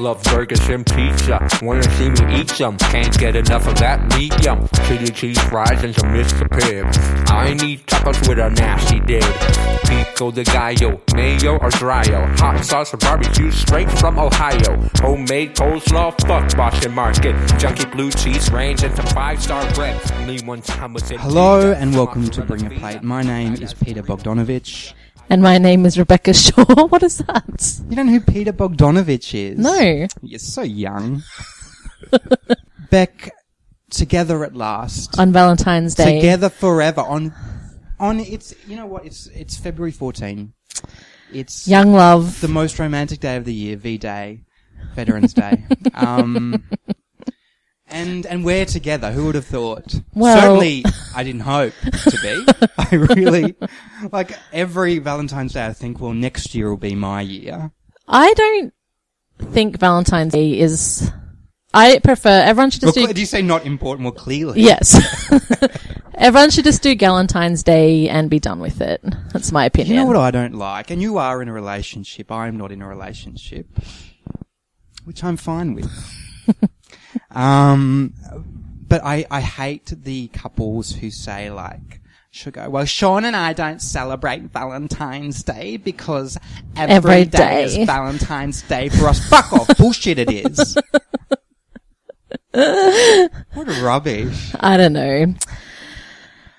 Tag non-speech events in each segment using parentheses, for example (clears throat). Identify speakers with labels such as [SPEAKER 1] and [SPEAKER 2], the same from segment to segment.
[SPEAKER 1] Love burgers and pizza. Wanna see me eat some? Can't get enough of that medium. Chili cheese fries and some Mr. Pib. I need tacos with a nasty dip. Pico de gallo, mayo or dryo. Hot sauce or barbecue straight from Ohio. Homemade coleslaw, fuck Boston Market. Junky blue cheese range and some five star bread. Me one time was in
[SPEAKER 2] Hello
[SPEAKER 1] pizza.
[SPEAKER 2] and welcome to
[SPEAKER 1] Mozzarella
[SPEAKER 2] Bring a
[SPEAKER 1] pizza.
[SPEAKER 2] Plate. My name is Peter Bogdanovich.
[SPEAKER 3] And my name is Rebecca Shaw. (laughs) what is that?
[SPEAKER 2] You don't know who Peter Bogdanovich is?
[SPEAKER 3] No.
[SPEAKER 2] You're so young. (laughs) Beck, together at last.
[SPEAKER 3] On Valentine's Day.
[SPEAKER 2] Together forever. On, on, it's, you know what, it's, it's February 14. It's
[SPEAKER 3] Young love.
[SPEAKER 2] the most romantic day of the year, V-Day, Veterans
[SPEAKER 3] (laughs)
[SPEAKER 2] Day. um, and, and we're together. Who would have thought?
[SPEAKER 3] Well-
[SPEAKER 2] Certainly, I didn't hope to
[SPEAKER 3] (laughs)
[SPEAKER 2] be. I really, like, every Valentine's Day I think, well, next year will be my year.
[SPEAKER 3] I don't think Valentine's Day is. I prefer everyone should
[SPEAKER 2] Well,
[SPEAKER 3] just
[SPEAKER 2] cle-
[SPEAKER 3] do.
[SPEAKER 2] do you say not important? Well, clearly.
[SPEAKER 3] Yes. (laughs) everyone should just do Galentine's Day and be done with it. That's my
[SPEAKER 2] You
[SPEAKER 3] opinion.
[SPEAKER 2] know what I don't like? And you are in a relationship. I'm not in a relationship. Which I'm fine
[SPEAKER 3] (laughs)
[SPEAKER 2] with. um, but I, I hate the couples who say like, should go, well, Sean and I don't celebrate Valentine's Day because
[SPEAKER 3] Every
[SPEAKER 2] every day.
[SPEAKER 3] day. (laughs)
[SPEAKER 2] is Valentine's Day for us. Fuck off. Bullshit it is. what rubbish.
[SPEAKER 3] I don't know.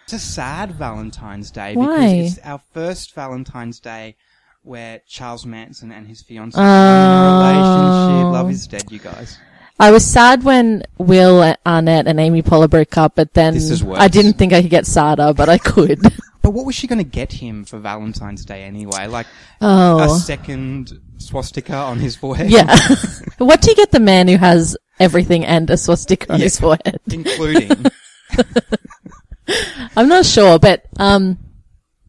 [SPEAKER 2] It's a sad Valentine's Day
[SPEAKER 3] Why?
[SPEAKER 2] because it's our first Valentine's Day where Charles Manson and his fiancee are in a
[SPEAKER 3] Oh.
[SPEAKER 2] relationship. Love is dead, you guys.
[SPEAKER 3] I was sad when Will Arnett and Amy Poehler broke up, but then
[SPEAKER 2] This is worse.
[SPEAKER 3] I didn't think I could get sadder, but I could.
[SPEAKER 2] (laughs) But what was she going to get him for Valentine's Day anyway? Like a
[SPEAKER 3] oh,
[SPEAKER 2] second swastika on his forehead,
[SPEAKER 3] yeah. what do you get the man who has everything and a swastika on his forehead?
[SPEAKER 2] (laughs)
[SPEAKER 3] (laughs)
[SPEAKER 2] including.
[SPEAKER 3] I'm not sure, but um,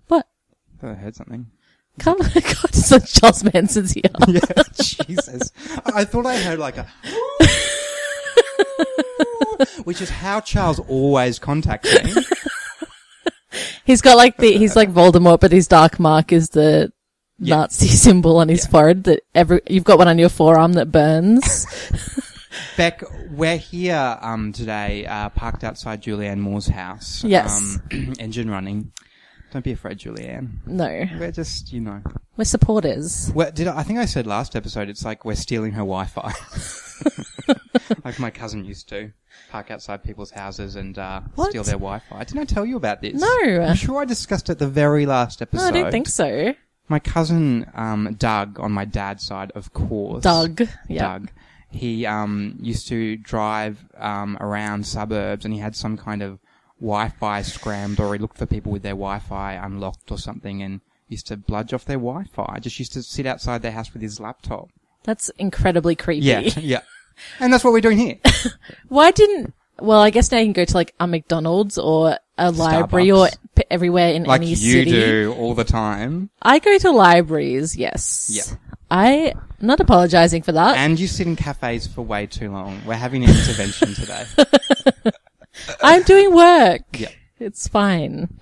[SPEAKER 3] what?
[SPEAKER 2] Oh, I heard something. (laughs)
[SPEAKER 3] Come, (laughs) God, it's like Charles Manson's here.
[SPEAKER 2] Yeah, Jesus. I I thought I heard like a. (laughs) Which is how Charles always contacts me.
[SPEAKER 3] (laughs) He's got like the he's like Voldemort, but his dark mark is the
[SPEAKER 2] Yeah.
[SPEAKER 3] Nazi (laughs) symbol on his forehead. That every you've got one on your forearm that burns. (laughs)
[SPEAKER 2] Beck, we're here um, today, uh, parked outside Julianne Moore's house.
[SPEAKER 3] Yes.
[SPEAKER 2] Um, (clears throat) engine running. Don't be afraid, Julianne.
[SPEAKER 3] no,
[SPEAKER 2] We're just, you know.
[SPEAKER 3] we're supporters.
[SPEAKER 2] Well, did I, I think I said last episode? It's like we're stealing her
[SPEAKER 3] (laughs)
[SPEAKER 2] Wi-Fi, like my cousin used to park outside people's houses and uh,
[SPEAKER 3] What?
[SPEAKER 2] steal their Wi-Fi. Didn't I tell you about this?
[SPEAKER 3] No.
[SPEAKER 2] I'm sure I discussed it the very last
[SPEAKER 3] No,
[SPEAKER 2] episode.
[SPEAKER 3] I don't think so.
[SPEAKER 2] My cousin um, Doug on my dad's side, of course.
[SPEAKER 3] Doug, yeah,
[SPEAKER 2] Doug. He um, used to drive um, around suburbs, and he had some kind of Wi-Fi scrammed, or he looked for people with their Wi-Fi unlocked or something, and used to bludge off their Wi-Fi. Just used to sit outside their house with his laptop.
[SPEAKER 3] that's incredibly creepy.
[SPEAKER 2] Yeah, (laughs) yeah. And that's what we're doing here.
[SPEAKER 3] (laughs) Why didn't? Well, I guess now you can go to like a McDonald's or a library or
[SPEAKER 2] Starbucks.
[SPEAKER 3] p- everywhere in
[SPEAKER 2] Like
[SPEAKER 3] any
[SPEAKER 2] you
[SPEAKER 3] city.
[SPEAKER 2] do all the time.
[SPEAKER 3] I go to libraries. Yes.
[SPEAKER 2] Yeah.
[SPEAKER 3] I I'm not apologizing for that.
[SPEAKER 2] And you sit in cafes for way too long. We're having an intervention (laughs) today.
[SPEAKER 3] I'm doing work.
[SPEAKER 2] Yeah.
[SPEAKER 3] It's fine.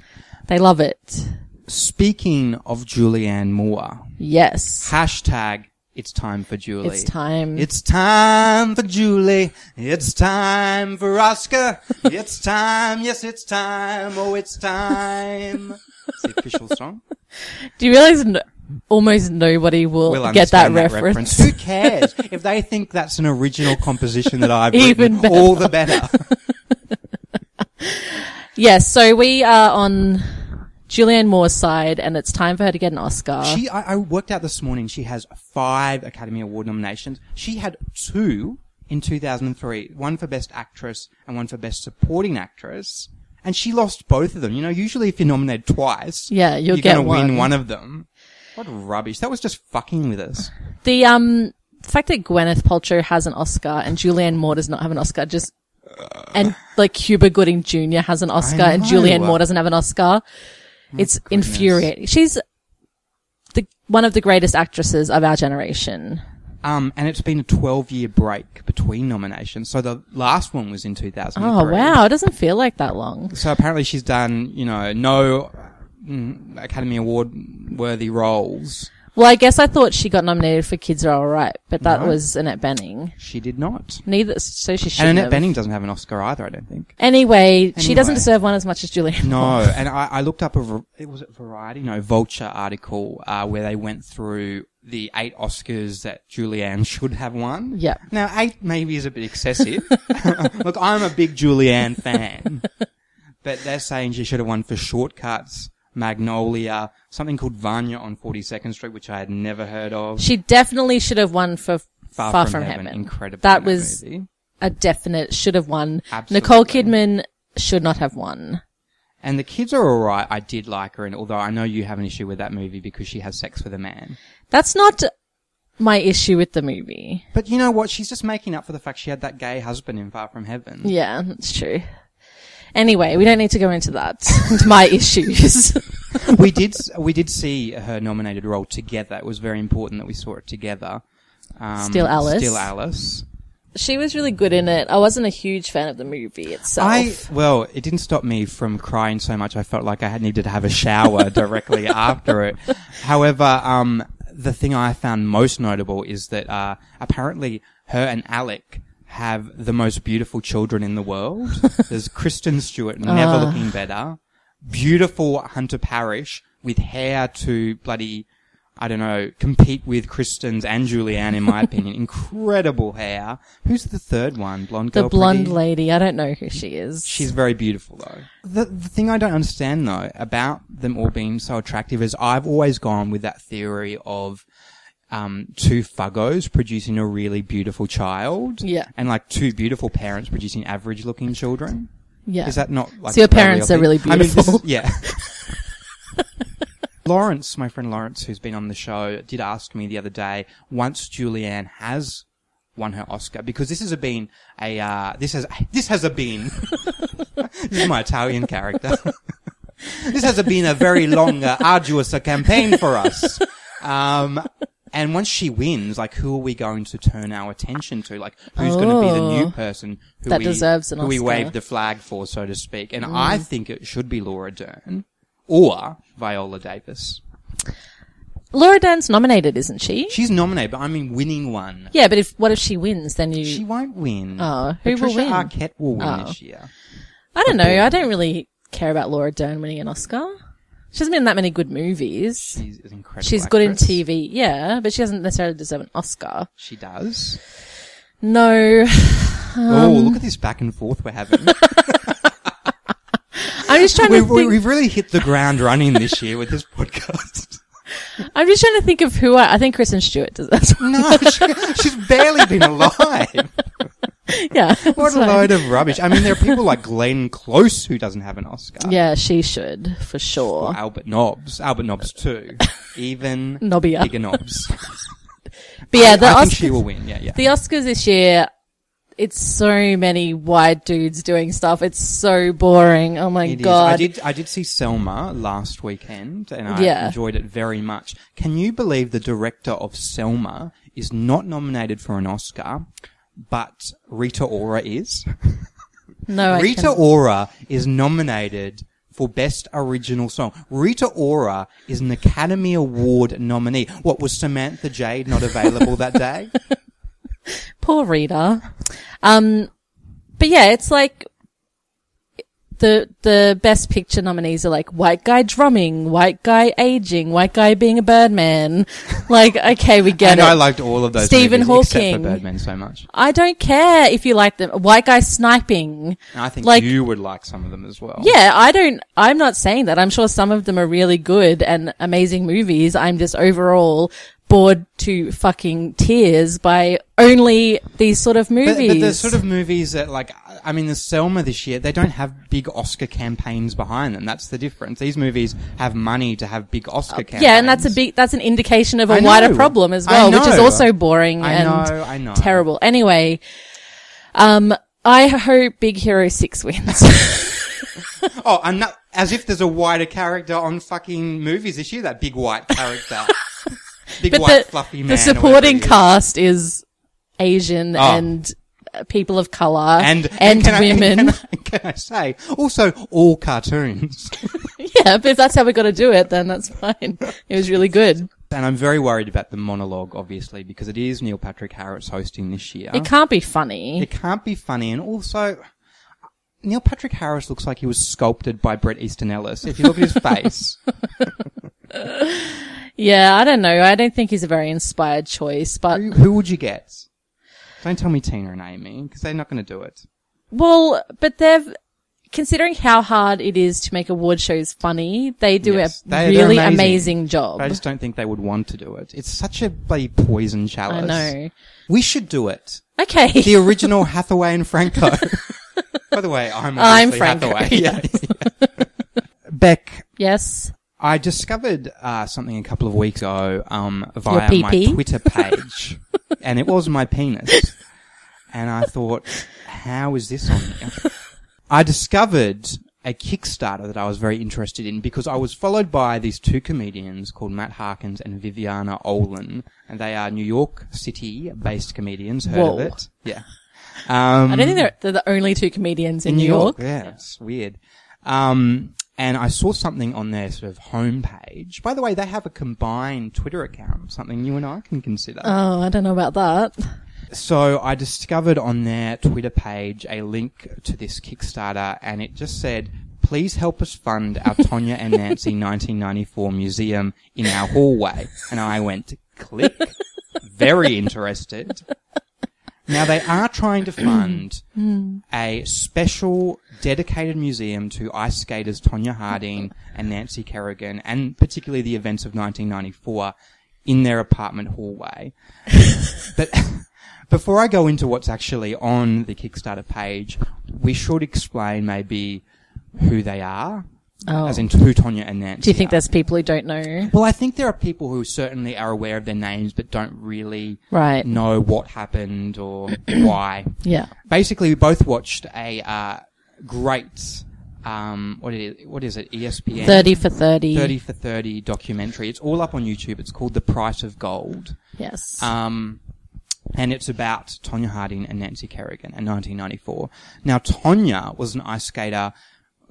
[SPEAKER 3] They love it.
[SPEAKER 2] Speaking of Julianne Moore,
[SPEAKER 3] Yes.
[SPEAKER 2] hashtag it's time for Julie.
[SPEAKER 3] It's time.
[SPEAKER 2] It's time for Julie. It's time for Oscar. It's time. Yes, it's time. Oh, it's time. It's the official song.
[SPEAKER 3] Do you realize no, almost nobody
[SPEAKER 2] (laughs)
[SPEAKER 3] will
[SPEAKER 2] We'll
[SPEAKER 3] get that,
[SPEAKER 2] understand
[SPEAKER 3] reference?
[SPEAKER 2] Who cares? if they think that's an original composition that I've
[SPEAKER 3] (laughs) Even
[SPEAKER 2] written,
[SPEAKER 3] better.
[SPEAKER 2] all the better.
[SPEAKER 3] (laughs) yes. So we are on Julianne Moore's side and it's time for her to get an Oscar.
[SPEAKER 2] She, I, I worked out this morning. She has five Academy Award nominations. She had two in 2003. One for Best Actress and one for Best Supporting Actress. And she lost both of them. You know, usually if you're nominated twice,
[SPEAKER 3] Yeah, you'll
[SPEAKER 2] you're
[SPEAKER 3] get
[SPEAKER 2] gonna
[SPEAKER 3] one.
[SPEAKER 2] win one of them. What rubbish! That was just fucking with us.
[SPEAKER 3] the, um, fact that Gwyneth Paltrow has an Oscar and Julianne Moore does not have an Oscar just, and like Cuba Gooding Jr. has an Oscar and
[SPEAKER 2] know.
[SPEAKER 3] Julianne Moore doesn't have an Oscar. it's infuriating. She's the, one of the greatest actresses of our generation.
[SPEAKER 2] Um, and it's been a 12 year break between nominations. So the last one was in 2003.
[SPEAKER 3] Oh wow, it doesn't feel like that long.
[SPEAKER 2] So apparently she's done, you know, no mm, Academy Award worthy roles.
[SPEAKER 3] Well, I guess I thought she got nominated for Kids Are Alright, but that
[SPEAKER 2] No.
[SPEAKER 3] was Annette Benning.
[SPEAKER 2] She did not.
[SPEAKER 3] Neither, so she should.
[SPEAKER 2] And Annette Benning doesn't have an Oscar either, I don't think.
[SPEAKER 3] Anyway, she doesn't
[SPEAKER 2] Anyway.
[SPEAKER 3] deserve one as much as Julianne.
[SPEAKER 2] No, and I, I looked up a var- it was a Variety, no Vulture article uh, where they went through the eight Oscars that Julianne (laughs) should have won.
[SPEAKER 3] Yep.
[SPEAKER 2] Now eight maybe is a bit excessive. (laughs) Look, I'm a big Julianne fan, but they're saying she should have won for Shortcuts, Magnolia, something called Vanya on 42nd Street, which I had never heard of.
[SPEAKER 3] She definitely should have won for Far, from, Heaven.
[SPEAKER 2] incredible.
[SPEAKER 3] That was
[SPEAKER 2] movie.
[SPEAKER 3] a definite should have won.
[SPEAKER 2] Absolutely.
[SPEAKER 3] Nicole Kidman should not have won.
[SPEAKER 2] And the kids are alright. I did like her, and although I know you have an issue with that movie because she has sex with a man.
[SPEAKER 3] That's not my issue with the movie.
[SPEAKER 2] But you know what? She's just making up for the fact she had that gay husband in Far From Heaven.
[SPEAKER 3] Yeah, that's true. Anyway, we don't need to go into that. (laughs) into my
[SPEAKER 2] (laughs)
[SPEAKER 3] issues.
[SPEAKER 2] we did we did see her nominated role together. It was very important that we saw it together. Um,
[SPEAKER 3] Still Alice.
[SPEAKER 2] Still Alice.
[SPEAKER 3] she was really good in it. I wasn't a huge fan of the movie itself.
[SPEAKER 2] I well, it didn't stop me from crying so much. I felt like I had needed to have a
[SPEAKER 3] (laughs)
[SPEAKER 2] shower directly after it. However, um, the thing I found most notable is that uh, apparently her and Alec have the most beautiful children in the
[SPEAKER 3] (laughs)
[SPEAKER 2] world. There's Kristen Stewart, never
[SPEAKER 3] Ah.
[SPEAKER 2] looking better. Beautiful Hunter Parish with hair to bloody. I don't know, compete with Kristen's and Julianne, in
[SPEAKER 3] (laughs)
[SPEAKER 2] my opinion. Incredible hair. Who's the third one? Blonde girl.
[SPEAKER 3] the blonde
[SPEAKER 2] pretty?
[SPEAKER 3] lady. I don't know who she is.
[SPEAKER 2] She's very beautiful though. The, the thing I don't understand though about them all being so attractive is I've always gone with that theory of um, two fuggos producing a really beautiful child.
[SPEAKER 3] Yeah.
[SPEAKER 2] And like two beautiful parents producing average looking children.
[SPEAKER 3] yeah.
[SPEAKER 2] Is that not like
[SPEAKER 3] So your
[SPEAKER 2] a real
[SPEAKER 3] parents are
[SPEAKER 2] thing?
[SPEAKER 3] really
[SPEAKER 2] I mean, this is-
[SPEAKER 3] beautiful. (laughs)
[SPEAKER 2] yeah. Lawrence, my friend Lawrence, who's been on the show, did ask me the other day once Julianne has won her Oscar because this has a been a uh, this has this has a been (laughs) this is my Italian character. (laughs) this has been a very long, uh, arduous uh, campaign for us. Um, and once she wins, like who are we going to turn our attention to? Like who's going to be the new
[SPEAKER 3] Oh.
[SPEAKER 2] person who
[SPEAKER 3] That
[SPEAKER 2] we,
[SPEAKER 3] deserves an
[SPEAKER 2] who we
[SPEAKER 3] Oscar. Mm.
[SPEAKER 2] wave the flag for, so to speak. And I think it should be Laura Dern or Viola Davis.
[SPEAKER 3] Laura Dern's nominated, isn't she?
[SPEAKER 2] She's nominated, but I mean winning one.
[SPEAKER 3] Yeah, but if what if she wins? Then you.
[SPEAKER 2] She won't win.
[SPEAKER 3] Oh, who will
[SPEAKER 2] Patricia
[SPEAKER 3] win?
[SPEAKER 2] Arquette will win
[SPEAKER 3] Oh.
[SPEAKER 2] this year.
[SPEAKER 3] I don't know. I don't really care about Laura Dern winning an Oscar. She hasn't been in that many good movies.
[SPEAKER 2] She's an incredible.
[SPEAKER 3] She's good in
[SPEAKER 2] actress.
[SPEAKER 3] TV, yeah, but she doesn't necessarily deserve an Oscar.
[SPEAKER 2] She does.
[SPEAKER 3] No, (laughs)
[SPEAKER 2] oh, look at this back and forth we're having.
[SPEAKER 3] I'm just trying
[SPEAKER 2] we,
[SPEAKER 3] to
[SPEAKER 2] we,
[SPEAKER 3] think.
[SPEAKER 2] we've really hit the ground running this year with this podcast. (laughs)
[SPEAKER 3] I'm just trying to think of who I. I think Kristen Stewart deserves. (laughs) One.
[SPEAKER 2] No, she, she's barely been
[SPEAKER 3] (laughs)
[SPEAKER 2] alive.
[SPEAKER 3] Yeah,
[SPEAKER 2] What
[SPEAKER 3] that's
[SPEAKER 2] a
[SPEAKER 3] right.
[SPEAKER 2] load of rubbish. I mean, there are people like Glenn Close who doesn't have an Oscar.
[SPEAKER 3] Yeah, she should for sure.
[SPEAKER 2] Or Albert Nobbs. Albert Nobbs
[SPEAKER 3] (laughs)
[SPEAKER 2] too. Even
[SPEAKER 3] Nobbier.
[SPEAKER 2] bigger
[SPEAKER 3] (laughs)
[SPEAKER 2] Nobbs.
[SPEAKER 3] But yeah, the
[SPEAKER 2] I
[SPEAKER 3] Oscars,
[SPEAKER 2] think she will win. Yeah, yeah.
[SPEAKER 3] the Oscars this year. It's so many white dudes doing stuff. It's so boring. Oh my
[SPEAKER 2] It is.
[SPEAKER 3] god!
[SPEAKER 2] I did. I did see Selma last weekend, and I
[SPEAKER 3] Yeah.
[SPEAKER 2] enjoyed it very much. Can you believe the director of Selma is not nominated for an Oscar, but Rita Ora is?
[SPEAKER 3] no, I
[SPEAKER 2] Rita
[SPEAKER 3] can't.
[SPEAKER 2] Ora is nominated for Best Original Song. Rita Ora is an Academy Award nominee. What was Samantha Jade not available
[SPEAKER 3] (laughs)
[SPEAKER 2] that day?
[SPEAKER 3] poor reader. Um, but yeah, it's like the the best picture nominees are like white guy drumming, white guy aging, white guy being a birdman. (laughs) Like, okay, we get
[SPEAKER 2] and
[SPEAKER 3] it.
[SPEAKER 2] I liked all of those.
[SPEAKER 3] Stephen
[SPEAKER 2] movies, except
[SPEAKER 3] Hawking.
[SPEAKER 2] for Birdman so much.
[SPEAKER 3] I don't care if you like them. White guy sniping.
[SPEAKER 2] And I think
[SPEAKER 3] Like-
[SPEAKER 2] you would like some of them as well.
[SPEAKER 3] Yeah, I don't. I'm not saying that. I'm sure some of them are really good and amazing movies. I'm just overall bored to fucking tears by only these sort of movies.
[SPEAKER 2] But, but the sort of movies that, like, I mean, the Selma this year, they don't have big Oscar campaigns behind them. That's the difference. These movies have money to have big Oscar campaigns.
[SPEAKER 3] Uh, Yeah, and that's a big that's an indication of a
[SPEAKER 2] I know.
[SPEAKER 3] wider problem as
[SPEAKER 2] I
[SPEAKER 3] well, which is
[SPEAKER 2] know.
[SPEAKER 3] also boring
[SPEAKER 2] I
[SPEAKER 3] and
[SPEAKER 2] know, I know.
[SPEAKER 3] terrible. Anyway, um, I hope Big Hero Six wins. (laughs)
[SPEAKER 2] Oh, and that, as if there's a wider character on fucking movies this year, that big white character.
[SPEAKER 3] (laughs)
[SPEAKER 2] big
[SPEAKER 3] but
[SPEAKER 2] white
[SPEAKER 3] the,
[SPEAKER 2] fluffy man.
[SPEAKER 3] the
[SPEAKER 2] or whatever
[SPEAKER 3] supporting
[SPEAKER 2] it is.
[SPEAKER 3] cast is Asian
[SPEAKER 2] Ah.
[SPEAKER 3] and uh, people of color
[SPEAKER 2] And,
[SPEAKER 3] and,
[SPEAKER 2] can I- (laughs)
[SPEAKER 3] women. (laughs)
[SPEAKER 2] can I, can I say, also all cartoons.
[SPEAKER 3] yeah, but if that's how we got to do it, then that's fine. It was really good.
[SPEAKER 2] And I'm very worried about the monologue, obviously, because it is Neil Patrick Harris hosting this year.
[SPEAKER 3] It can't be funny.
[SPEAKER 2] It can't be funny, and also Neil Patrick Harris looks like he was sculpted by Brett Easton Ellis. If you look at his
[SPEAKER 3] (laughs)
[SPEAKER 2] face,
[SPEAKER 3] Yeah, I don't know. I don't think he's a very inspired choice, but
[SPEAKER 2] who, who would you get? Don't tell me Tina and Amy because they're not going to do it.
[SPEAKER 3] well, but they've considering how hard it is to make award shows funny, they do
[SPEAKER 2] Yes,
[SPEAKER 3] a
[SPEAKER 2] they- they're
[SPEAKER 3] really
[SPEAKER 2] amazing.
[SPEAKER 3] amazing.
[SPEAKER 2] But
[SPEAKER 3] job.
[SPEAKER 2] I just don't think they would want to do it. It's such a bloody poison chalice.
[SPEAKER 3] know.
[SPEAKER 2] We should do it.
[SPEAKER 3] okay.
[SPEAKER 2] The original Hathaway and
[SPEAKER 3] (laughs)
[SPEAKER 2] Franco. By the way, I'm
[SPEAKER 3] I'm
[SPEAKER 2] obviously
[SPEAKER 3] Franco, (laughs)
[SPEAKER 2] Hathaway. Yeah. (laughs) Beck,
[SPEAKER 3] yes.
[SPEAKER 2] I discovered uh, something a couple of weeks ago um, via
[SPEAKER 3] Your
[SPEAKER 2] my
[SPEAKER 3] PP?
[SPEAKER 2] Twitter
[SPEAKER 3] (laughs)
[SPEAKER 2] page, and it was my penis. And I thought, how is this on here? I discovered a Kickstarter that I was very interested in because I was followed by these two comedians called Matt Harkins and Viviana Olin, and they are New York City-based comedians. Heard
[SPEAKER 3] Whoa.
[SPEAKER 2] of it? Yeah. Um,
[SPEAKER 3] I don't think they're, they're the only two comedians in, New York.
[SPEAKER 2] yeah, it's weird. Um, and I saw something on their sort of homepage. By the way, they have a combined Twitter account, something you and I can consider.
[SPEAKER 3] Oh, I don't know about that.
[SPEAKER 2] so I discovered on their Twitter page a link to this Kickstarter, and it just said, "Please help us fund our Tonya and Nancy (laughs) 1994 museum in our hallway." And I went, "Click." Very interested. Now they are
[SPEAKER 3] (clears throat)
[SPEAKER 2] trying to fund
[SPEAKER 3] Hmm.
[SPEAKER 2] a special dedicated museum to ice skaters Tonya Harding and Nancy Kerrigan and particularly the events of 1994 in their apartment
[SPEAKER 3] (laughs)
[SPEAKER 2] hallway. but (laughs) before I go into what's actually on the Kickstarter page, we should explain maybe who they are.
[SPEAKER 3] Oh.
[SPEAKER 2] As in who Tonya and Nancy
[SPEAKER 3] Do you think
[SPEAKER 2] are.
[SPEAKER 3] there's people who don't know?
[SPEAKER 2] Well, I think there are people who certainly are aware of their names but don't really
[SPEAKER 3] Right.
[SPEAKER 2] know what happened or (clears throat) why.
[SPEAKER 3] Yeah.
[SPEAKER 2] Basically, we both watched a uh, great, um, what, it is, what is it, E ESPN?
[SPEAKER 3] 30 for 30.
[SPEAKER 2] 30 for 30 documentary. It's all up on YouTube. It's called The Price of Gold.
[SPEAKER 3] Yes.
[SPEAKER 2] Um, and it's about Tonya Harding and Nancy Kerrigan in 1994. Now, Tonya was an ice skater,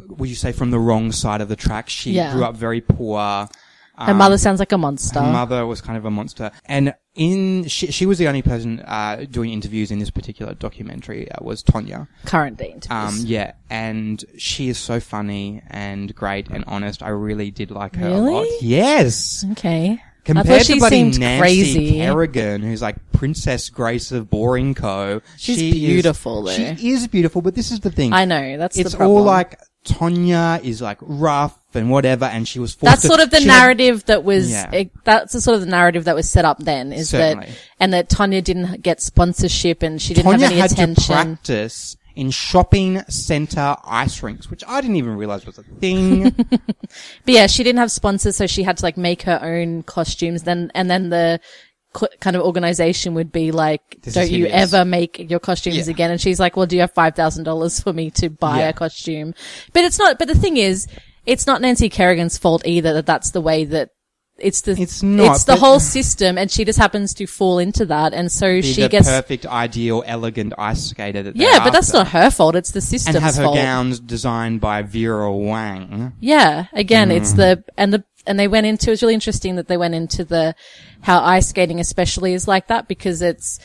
[SPEAKER 2] would you say, from the wrong side of the track. She
[SPEAKER 3] Yeah.
[SPEAKER 2] grew up very poor.
[SPEAKER 3] Her mother sounds like a monster.
[SPEAKER 2] um, Her mother was kind of a monster, and in she, she was the only person uh, doing interviews in this particular documentary uh, was Tonya.
[SPEAKER 3] Current day interviews.
[SPEAKER 2] Um, yeah, and she is so funny and great and honest. I really did like her a lot.
[SPEAKER 3] Really?
[SPEAKER 2] Yes,
[SPEAKER 3] okay.
[SPEAKER 2] compared
[SPEAKER 3] I thought
[SPEAKER 2] to
[SPEAKER 3] she
[SPEAKER 2] bloody
[SPEAKER 3] seemed
[SPEAKER 2] Nancy
[SPEAKER 3] crazy.
[SPEAKER 2] Kerrigan, who's like Princess Grace of Boring Co.
[SPEAKER 3] She's
[SPEAKER 2] she is-
[SPEAKER 3] beautiful, though.
[SPEAKER 2] She is beautiful, but this is the thing.
[SPEAKER 3] I know. That's
[SPEAKER 2] It's
[SPEAKER 3] the problem.
[SPEAKER 2] all like Tonya is like rough and whatever, and she was forced.
[SPEAKER 3] that's
[SPEAKER 2] to-
[SPEAKER 3] sort of the
[SPEAKER 2] she had-
[SPEAKER 3] narrative that was
[SPEAKER 2] Yeah.
[SPEAKER 3] it, that's the sort of the narrative that was set up then is
[SPEAKER 2] Certainly.
[SPEAKER 3] that and that Tonya didn't get sponsorship and she didn't
[SPEAKER 2] Tonya
[SPEAKER 3] have any
[SPEAKER 2] had to
[SPEAKER 3] attention.
[SPEAKER 2] practice in shopping center ice rinks, which I didn't even realize was a
[SPEAKER 3] (laughs)
[SPEAKER 2] thing.
[SPEAKER 3] But yeah, she didn't have sponsors, so she had to like make her own costumes. Then and then the co- kind of organization would be like,
[SPEAKER 2] This is
[SPEAKER 3] "Don't you
[SPEAKER 2] hideous.
[SPEAKER 3] ever make your costumes
[SPEAKER 2] Yeah.
[SPEAKER 3] again?" And she's like, "Well, do you have five thousand dollars for me to buy
[SPEAKER 2] Yeah.
[SPEAKER 3] a costume?" But it's not. But the thing is, it's not Nancy Kerrigan's fault either that that's the way that. It's the
[SPEAKER 2] It's not,
[SPEAKER 3] it's the
[SPEAKER 2] but-
[SPEAKER 3] whole system, and she just happens to fall into that, and so
[SPEAKER 2] Be
[SPEAKER 3] she
[SPEAKER 2] the
[SPEAKER 3] gets
[SPEAKER 2] perfect, ideal, elegant ice skater that. they're
[SPEAKER 3] yeah. But that's
[SPEAKER 2] after.
[SPEAKER 3] not her fault; it's the system's
[SPEAKER 2] And have her
[SPEAKER 3] fault.
[SPEAKER 2] gowns designed by Vera Wang.
[SPEAKER 3] Yeah. Again,
[SPEAKER 2] Hmm.
[SPEAKER 3] it's the, and the, and they went into, it's really interesting that they went into the, how ice skating especially is like that because it's,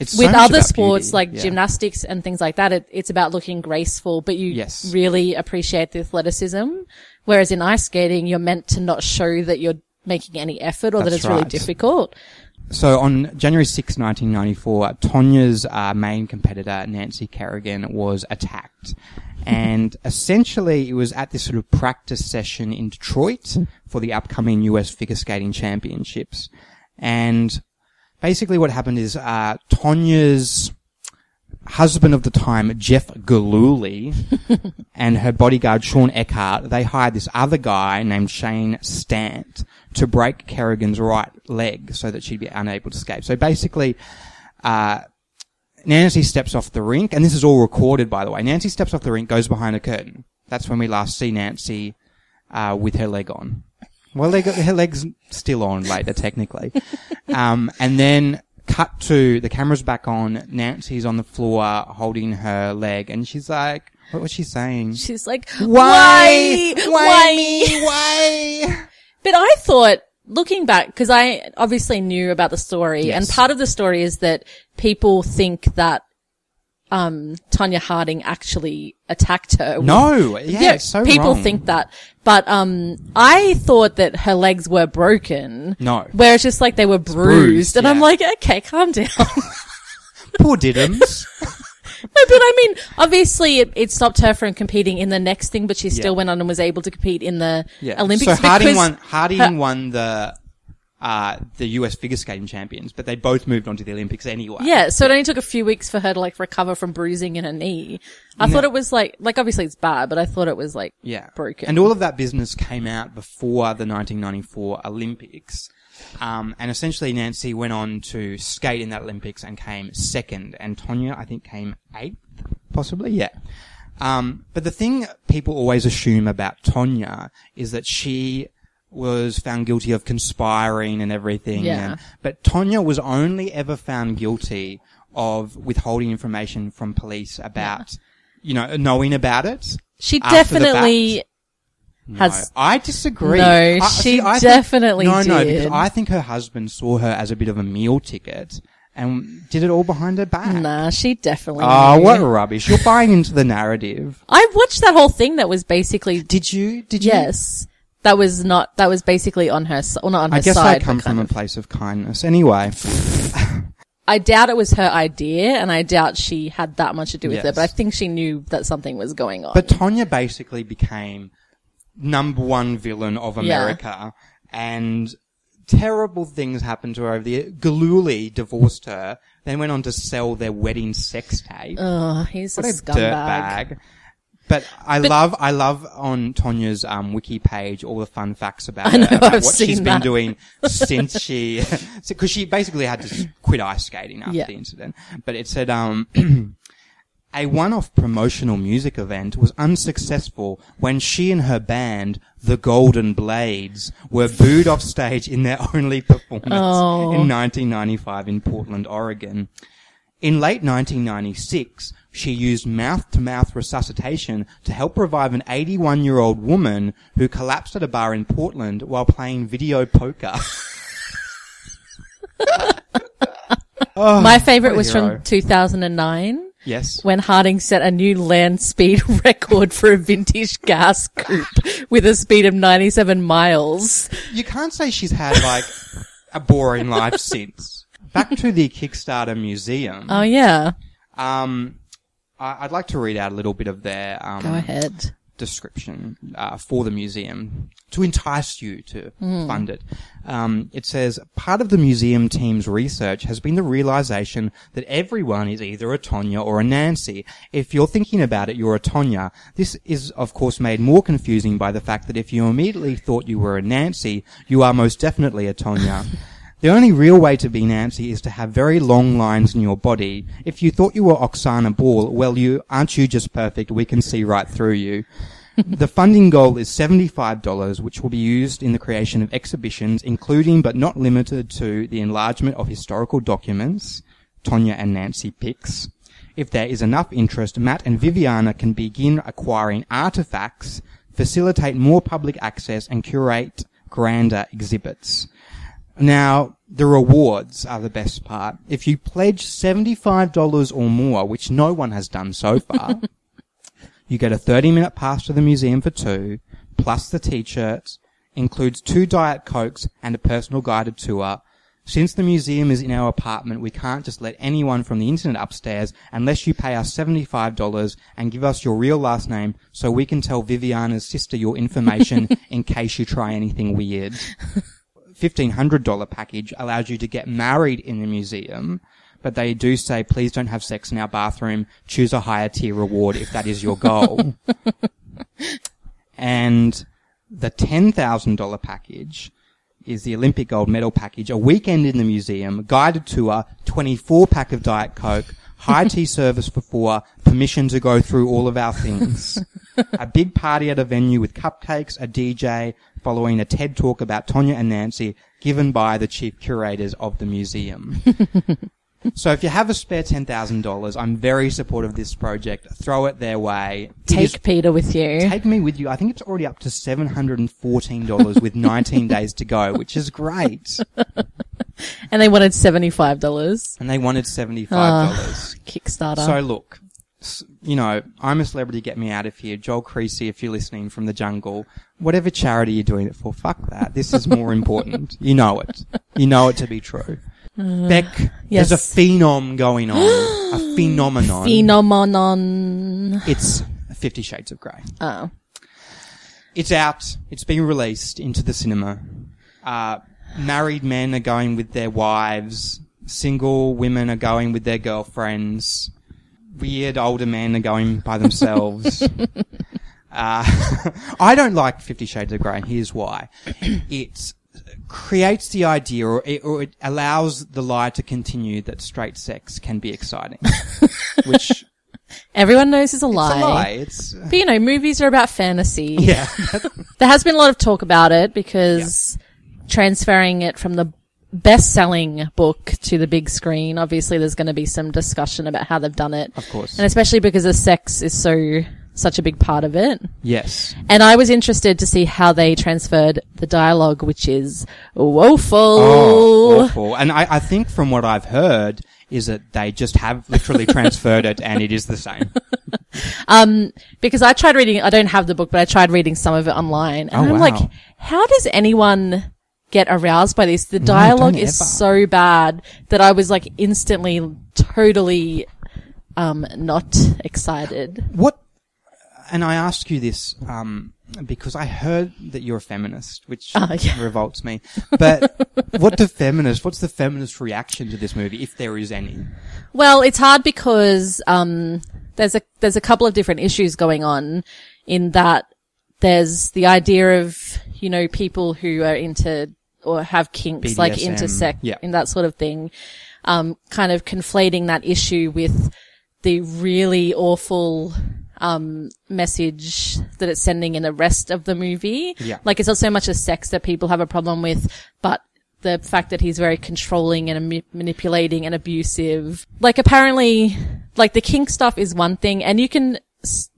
[SPEAKER 2] It's so
[SPEAKER 3] with
[SPEAKER 2] much
[SPEAKER 3] other
[SPEAKER 2] about
[SPEAKER 3] sports
[SPEAKER 2] beauty,
[SPEAKER 3] like
[SPEAKER 2] yeah.
[SPEAKER 3] gymnastics and things like that, it, it's about looking graceful, but you
[SPEAKER 2] Yes.
[SPEAKER 3] really appreciate the athleticism. Whereas in ice skating, you're meant to not show that you're making any effort or
[SPEAKER 2] That's
[SPEAKER 3] that it's
[SPEAKER 2] right.
[SPEAKER 3] really difficult.
[SPEAKER 2] So on January 6, 1994, Tonya's uh, main competitor, Nancy Kerrigan, was attacked. And essentially, it was at this sort of practice session in Detroit for the upcoming US Figure Skating Championships. And basically what happened is, uh, Tonya's husband of the time, Jeff Galooly, and her bodyguard Sean Eckhart, they hired this other guy named Shane Stant to break Kerrigan's right leg so that she'd be unable to escape. So basically, uh, Nancy steps off the rink, and this is all recorded, by the way. Nancy steps off the rink, goes behind a curtain. That's when we last see Nancy uh, with her leg on. Well, they got, her leg's still on later, technically. um, and then cut to the camera's back on. Nancy's on the floor holding her leg, and she's like, "What was she saying?
[SPEAKER 3] She's like,
[SPEAKER 2] Why?
[SPEAKER 3] Why?
[SPEAKER 2] Why? me? Why?"
[SPEAKER 3] But I thought looking back, because I obviously knew about the story,
[SPEAKER 2] Yes.
[SPEAKER 3] and part of the story is that people think that um, Tanya Harding actually attacked her.
[SPEAKER 2] No, yeah,
[SPEAKER 3] Yeah,
[SPEAKER 2] it's so
[SPEAKER 3] people
[SPEAKER 2] wrong.
[SPEAKER 3] think that, but um, I thought that her legs were broken.
[SPEAKER 2] No.
[SPEAKER 3] where it's just like they were bruised,
[SPEAKER 2] bruised,
[SPEAKER 3] and I'm
[SPEAKER 2] yeah.
[SPEAKER 3] like, okay, calm down. (laughs)
[SPEAKER 2] poor Diddums.
[SPEAKER 3] No, but I mean, obviously, it, it stopped her from competing in the next thing, but she still
[SPEAKER 2] Yeah.
[SPEAKER 3] went on and was able to compete in the
[SPEAKER 2] yeah,
[SPEAKER 3] Olympics.
[SPEAKER 2] So Harding
[SPEAKER 3] because
[SPEAKER 2] won. Harding
[SPEAKER 3] her-
[SPEAKER 2] won the uh, the U.S. figure skating champions, but they both moved on to the Olympics anyway.
[SPEAKER 3] Yeah, so it only took a few weeks for her to like recover from bruising in her knee. I thought it was like, like obviously it's bad, but I thought it was like,
[SPEAKER 2] yeah,
[SPEAKER 3] broken.
[SPEAKER 2] And all of that business came out before the 1994 Olympics. Um, and essentially, Nancy went on to skate in that Olympics and came second. And Tonya, I think, came eighth, possibly. Yeah. Um, but the thing people always assume about Tonya is that she was found guilty of conspiring and everything.
[SPEAKER 3] Yeah.
[SPEAKER 2] And, but Tonya was only ever found guilty of withholding information from police about, you know, knowing about it.
[SPEAKER 3] she
[SPEAKER 2] After the
[SPEAKER 3] definitely has.
[SPEAKER 2] No, I disagree.
[SPEAKER 3] No,
[SPEAKER 2] I-
[SPEAKER 3] she
[SPEAKER 2] see, I think-
[SPEAKER 3] definitely
[SPEAKER 2] no, no,
[SPEAKER 3] did.
[SPEAKER 2] because I think her husband saw her as a bit of a meal ticket and did it all behind her back.
[SPEAKER 3] Nah, she definitely.
[SPEAKER 2] Oh,
[SPEAKER 3] knew.
[SPEAKER 2] what rubbish! You're buying into the narrative.
[SPEAKER 3] I watched that whole thing that was basically,
[SPEAKER 2] Did you? Did you?
[SPEAKER 3] yes, that was not, that was basically on her, s- or not on her
[SPEAKER 2] I guess
[SPEAKER 3] side.
[SPEAKER 2] I come
[SPEAKER 3] but kind
[SPEAKER 2] from a
[SPEAKER 3] of.
[SPEAKER 2] place of kindness. Anyway,
[SPEAKER 3] I doubt it was her idea, and I doubt she had that much to do with
[SPEAKER 2] Yes.
[SPEAKER 3] it. But I think she knew that something was going on.
[SPEAKER 2] but Tonya basically became number one villain of America, and terrible things happened to her over the year. Galuli divorced her, then went on to sell their wedding sex tape.
[SPEAKER 3] Ugh, Ah, he's
[SPEAKER 2] What
[SPEAKER 3] a
[SPEAKER 2] a
[SPEAKER 3] scumbag.
[SPEAKER 2] dirtbag. But I love, I love on Tonya's um, wiki page all the fun facts about,
[SPEAKER 3] (laughs) I know,
[SPEAKER 2] her, about
[SPEAKER 3] I've
[SPEAKER 2] what she's
[SPEAKER 3] seen
[SPEAKER 2] been
[SPEAKER 3] that. (laughs)
[SPEAKER 2] doing since she, (laughs) because she basically had to s- quit ice skating after
[SPEAKER 3] Yeah.
[SPEAKER 2] the incident. But it said, um, (clears throat) a one-off promotional music event was unsuccessful when she and her band, the Golden Blades, were booed off stage in their (laughs) only performance
[SPEAKER 3] Oh.
[SPEAKER 2] in 1995 in Portland, Oregon. In late 1996, she used mouth-to-mouth resuscitation to help revive an 81-year-old woman who collapsed at a bar in Portland while playing video poker.
[SPEAKER 3] (laughs) My favorite
[SPEAKER 2] Oh, what a
[SPEAKER 3] was
[SPEAKER 2] hero.
[SPEAKER 3] from 2009
[SPEAKER 2] yes.
[SPEAKER 3] when Harding set a new land speed (laughs) record for a vintage gas coupe with a speed of 97 miles.
[SPEAKER 2] you can't say she's had like a boring life since. Back to the Kickstarter museum.
[SPEAKER 3] Oh yeah,
[SPEAKER 2] Um, I, I'd like to read out a little bit of their um,
[SPEAKER 3] go ahead.
[SPEAKER 2] description uh, for the museum to entice you to fund it. Um, it says part of the museum team's research has been the realization that everyone is either a Tonya or a Nancy. If you're thinking about it, you're a Tonya. This is, of course, made more confusing by the fact that if you immediately thought you were a Nancy, you are most definitely a Tonya. The only real way to be Nancy is to have very long lines in your body. If you thought you were Oksana Ball, well, you aren't you just perfect? We can see right through you. the funding goal is $75, which will be used in the creation of exhibitions, including but not limited to the enlargement of historical documents, Tonya and Nancy pics. If there is enough interest, Matt and Viviana can begin acquiring artifacts, facilitate more public access, and curate grander exhibits. Now, the rewards are the best part. If you pledge $75 or more, which no one has done so far, you get a 30 minute pass to the museum for two, plus the t-shirts, includes two Diet Cokes and a personal guided tour. Since the museum is in our apartment, we can't just let anyone from the internet upstairs unless you pay us $75 and give us your real last name so we can tell Viviana's sister your information in case you try anything weird. $1,500 package allows you to get married in the museum, but they do say, please don't have sex in our bathroom. Choose a higher tier reward if that is your goal. and the $10,000 package is the Olympic gold medal package, a weekend in the museum, guided tour, 24 pack of Diet Coke, high tea service for four, permission to go through all of our things. a big party at a venue with cupcakes, a DJ, following a TED talk about Tonya and Nancy, given by the chief curators of the museum. So if you have a spare ten thousand dollars, I'm very supportive of this project. Throw it their way. It
[SPEAKER 3] Take
[SPEAKER 2] is-
[SPEAKER 3] Peter with you.
[SPEAKER 2] take me with you. I think it's already up to seven hundred and fourteen dollars with nineteen days to go, which is great.
[SPEAKER 3] and they wanted $75.
[SPEAKER 2] And they wanted seventy five dollars.
[SPEAKER 3] Ah, Kickstarter.
[SPEAKER 2] So look, s- you know, I'm a celebrity. Get me out of here, Joel Creasy. If you're listening from the jungle, whatever charity you're doing it for, fuck that. This is more important. You know it. You know it to be true. Beck,
[SPEAKER 3] yes.
[SPEAKER 2] there's a phenom going on. a phenomenon.
[SPEAKER 3] Phenomenon.
[SPEAKER 2] it's Fifty Shades of Grey.
[SPEAKER 3] Oh.
[SPEAKER 2] It's out. It's been released into the cinema. Uh, married men are going with their wives. Single women are going with their girlfriends. Weird older men are going by themselves. uh, (laughs) I don't like Fifty Shades of Grey, and here's why. It creates the idea, or it, or it allows the lie to continue that straight sex can be exciting. Which,
[SPEAKER 3] Everyone knows is a
[SPEAKER 2] it's
[SPEAKER 3] lie.
[SPEAKER 2] a lie. It's,
[SPEAKER 3] But you know, movies are about fantasy. (laughs)
[SPEAKER 2] yeah.
[SPEAKER 3] There has been a lot of talk about it because transferring it from the best-selling book to the big screen, obviously there's going to be some discussion about how they've done it.
[SPEAKER 2] Of course.
[SPEAKER 3] And especially because the sex is so, such a big part of it.
[SPEAKER 2] yes.
[SPEAKER 3] And I was interested to see how they transferred the dialogue, which is woeful.
[SPEAKER 2] Oh, awful. And I, I think from what I've heard is that they just have
[SPEAKER 3] (laughs)
[SPEAKER 2] literally transferred it and it is the same.
[SPEAKER 3] because I tried reading, I don't have the book, but I tried reading some of it online. And
[SPEAKER 2] Oh, wow.
[SPEAKER 3] I'm like, how does anyone get aroused by this? The dialogue
[SPEAKER 2] don't
[SPEAKER 3] is
[SPEAKER 2] ever.
[SPEAKER 3] so bad that I was like instantly totally, um, not excited.
[SPEAKER 2] What, and I ask you this, um, because I heard that you're a feminist, which
[SPEAKER 3] Oh, yeah.
[SPEAKER 2] revolts me. But what do feminists, what's the feminist reaction to this movie, if there is any?
[SPEAKER 3] Well, it's hard because, um, there's a, there's a couple of different issues going on in that there's the idea of, you know, people who are into or have kinks, like
[SPEAKER 2] BDSM,
[SPEAKER 3] intersect
[SPEAKER 2] yeah.
[SPEAKER 3] and that sort of thing. um, kind of conflating that issue with the really awful um, message that it's sending in the rest of the movie.
[SPEAKER 2] Yeah.
[SPEAKER 3] Like it's not so much the sex that people have a problem with, but the fact that he's very controlling and ma- manipulating and abusive. Like apparently, like the kink stuff is one thing and you can, s-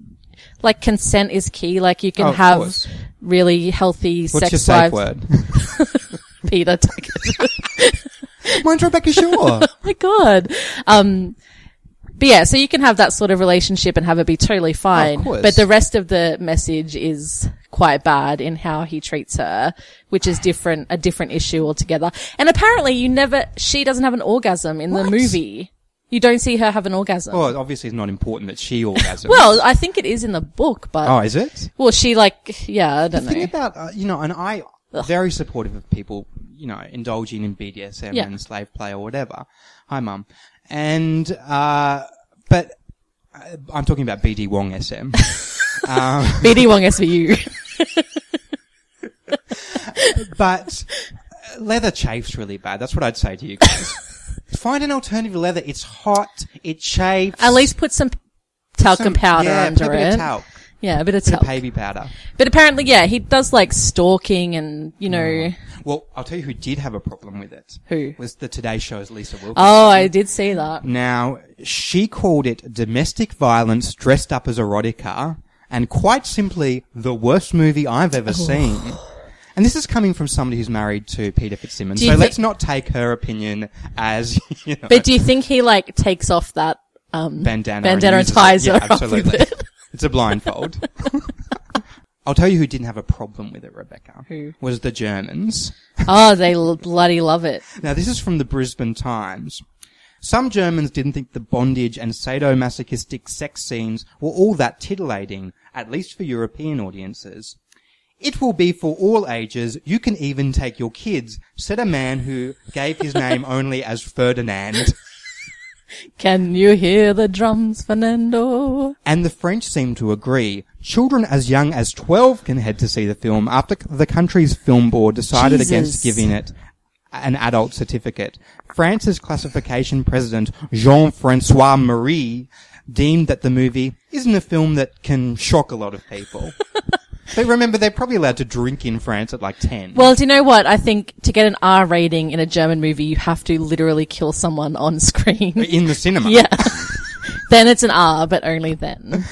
[SPEAKER 3] like consent is key. Like you can
[SPEAKER 2] Oh, of
[SPEAKER 3] have
[SPEAKER 2] course.
[SPEAKER 3] really healthy
[SPEAKER 2] What's
[SPEAKER 3] sex
[SPEAKER 2] your safe
[SPEAKER 3] lives.
[SPEAKER 2] word?
[SPEAKER 3] (laughs)
[SPEAKER 2] (laughs)
[SPEAKER 3] Peter, take it.
[SPEAKER 2] Mine's Rebecca Shaw.
[SPEAKER 3] my god. Um, but yeah, so you can have that sort of relationship and have it be totally fine.
[SPEAKER 2] course.
[SPEAKER 3] but the rest of the message is quite bad in how he treats her, which is different, a different issue altogether. And apparently you never, she doesn't have an orgasm in the
[SPEAKER 2] What?
[SPEAKER 3] movie. You don't see her have an orgasm.
[SPEAKER 2] Well, obviously it's not important that she orgasms.
[SPEAKER 3] well, I think it is in the book, but,
[SPEAKER 2] oh, is it?
[SPEAKER 3] well, she like, yeah, I don't
[SPEAKER 2] The thing
[SPEAKER 3] know.
[SPEAKER 2] about uh, you know, and I very supportive of people, you know, indulging in BDSM
[SPEAKER 3] Yeah.
[SPEAKER 2] and slave play or whatever. Hi, mum. And uh, but uh, I'm talking about BD Wong
[SPEAKER 3] (laughs)
[SPEAKER 2] SM.
[SPEAKER 3] BD Wong
[SPEAKER 2] (laughs)
[SPEAKER 3] SVU.
[SPEAKER 2] but uh, leather chafes really bad. That's what I'd say to you
[SPEAKER 3] (laughs)
[SPEAKER 2] guys. Find an alternative to leather. It's hot. It chafes.
[SPEAKER 3] At least put some talcum
[SPEAKER 2] Some-
[SPEAKER 3] powder
[SPEAKER 2] yeah,
[SPEAKER 3] under
[SPEAKER 2] put a bit
[SPEAKER 3] it.
[SPEAKER 2] of talc.
[SPEAKER 3] Yeah, a bit of
[SPEAKER 2] Put a
[SPEAKER 3] talc.
[SPEAKER 2] baby powder.
[SPEAKER 3] But apparently, yeah, he does like stalking and, you know.
[SPEAKER 2] Well, I'll tell you who did have a problem with it.
[SPEAKER 3] Who?
[SPEAKER 2] was the Today Show's Lisa Wilkinson?
[SPEAKER 3] Oh, I did see that.
[SPEAKER 2] Now, she called it domestic violence dressed up as erotica, and quite simply, the worst movie I've
[SPEAKER 3] Oh.
[SPEAKER 2] ever seen. And this is coming from somebody who's married to Peter Fitzsimmons,
[SPEAKER 3] Do
[SPEAKER 2] so
[SPEAKER 3] you thi-
[SPEAKER 2] let's not take her opinion as, (laughs) you know,
[SPEAKER 3] But do you think he like takes off that, um,
[SPEAKER 2] bandana.
[SPEAKER 3] bandana and
[SPEAKER 2] uses it.
[SPEAKER 3] ties
[SPEAKER 2] Yeah,
[SPEAKER 3] her up with
[SPEAKER 2] absolutely.
[SPEAKER 3] it?
[SPEAKER 2] (laughs) It's a blindfold. (laughs) I'll tell you who didn't have a problem with it, Rebecca.
[SPEAKER 3] Who?
[SPEAKER 2] Was the Germans.
[SPEAKER 3] oh, they l- bloody love it.
[SPEAKER 2] Now, this is from the Brisbane Times. Some Germans didn't think the bondage and sadomasochistic sex scenes were all that titillating, at least for European audiences. It will be for all ages. You can even take your kids, said a man who gave his name only as Ferdinand.
[SPEAKER 3] Can you hear the drums, Fernando?
[SPEAKER 2] And the French seem to agree. Children as young as 12 can head to see the film after c- the country's film board decided
[SPEAKER 3] Jesus.
[SPEAKER 2] against giving it an adult certificate. France's classification president, Jean-Francois
[SPEAKER 3] (laughs)
[SPEAKER 2] Marie, deemed that the movie isn't a film that can shock a lot of people. But remember, they're probably allowed to drink in France at like 10.
[SPEAKER 3] Well, do you know what? I think to get an R rating in a German movie, you have to literally kill someone on (laughs) screen.
[SPEAKER 2] in the cinema.
[SPEAKER 3] yeah. (laughs) then it's an R, but only then.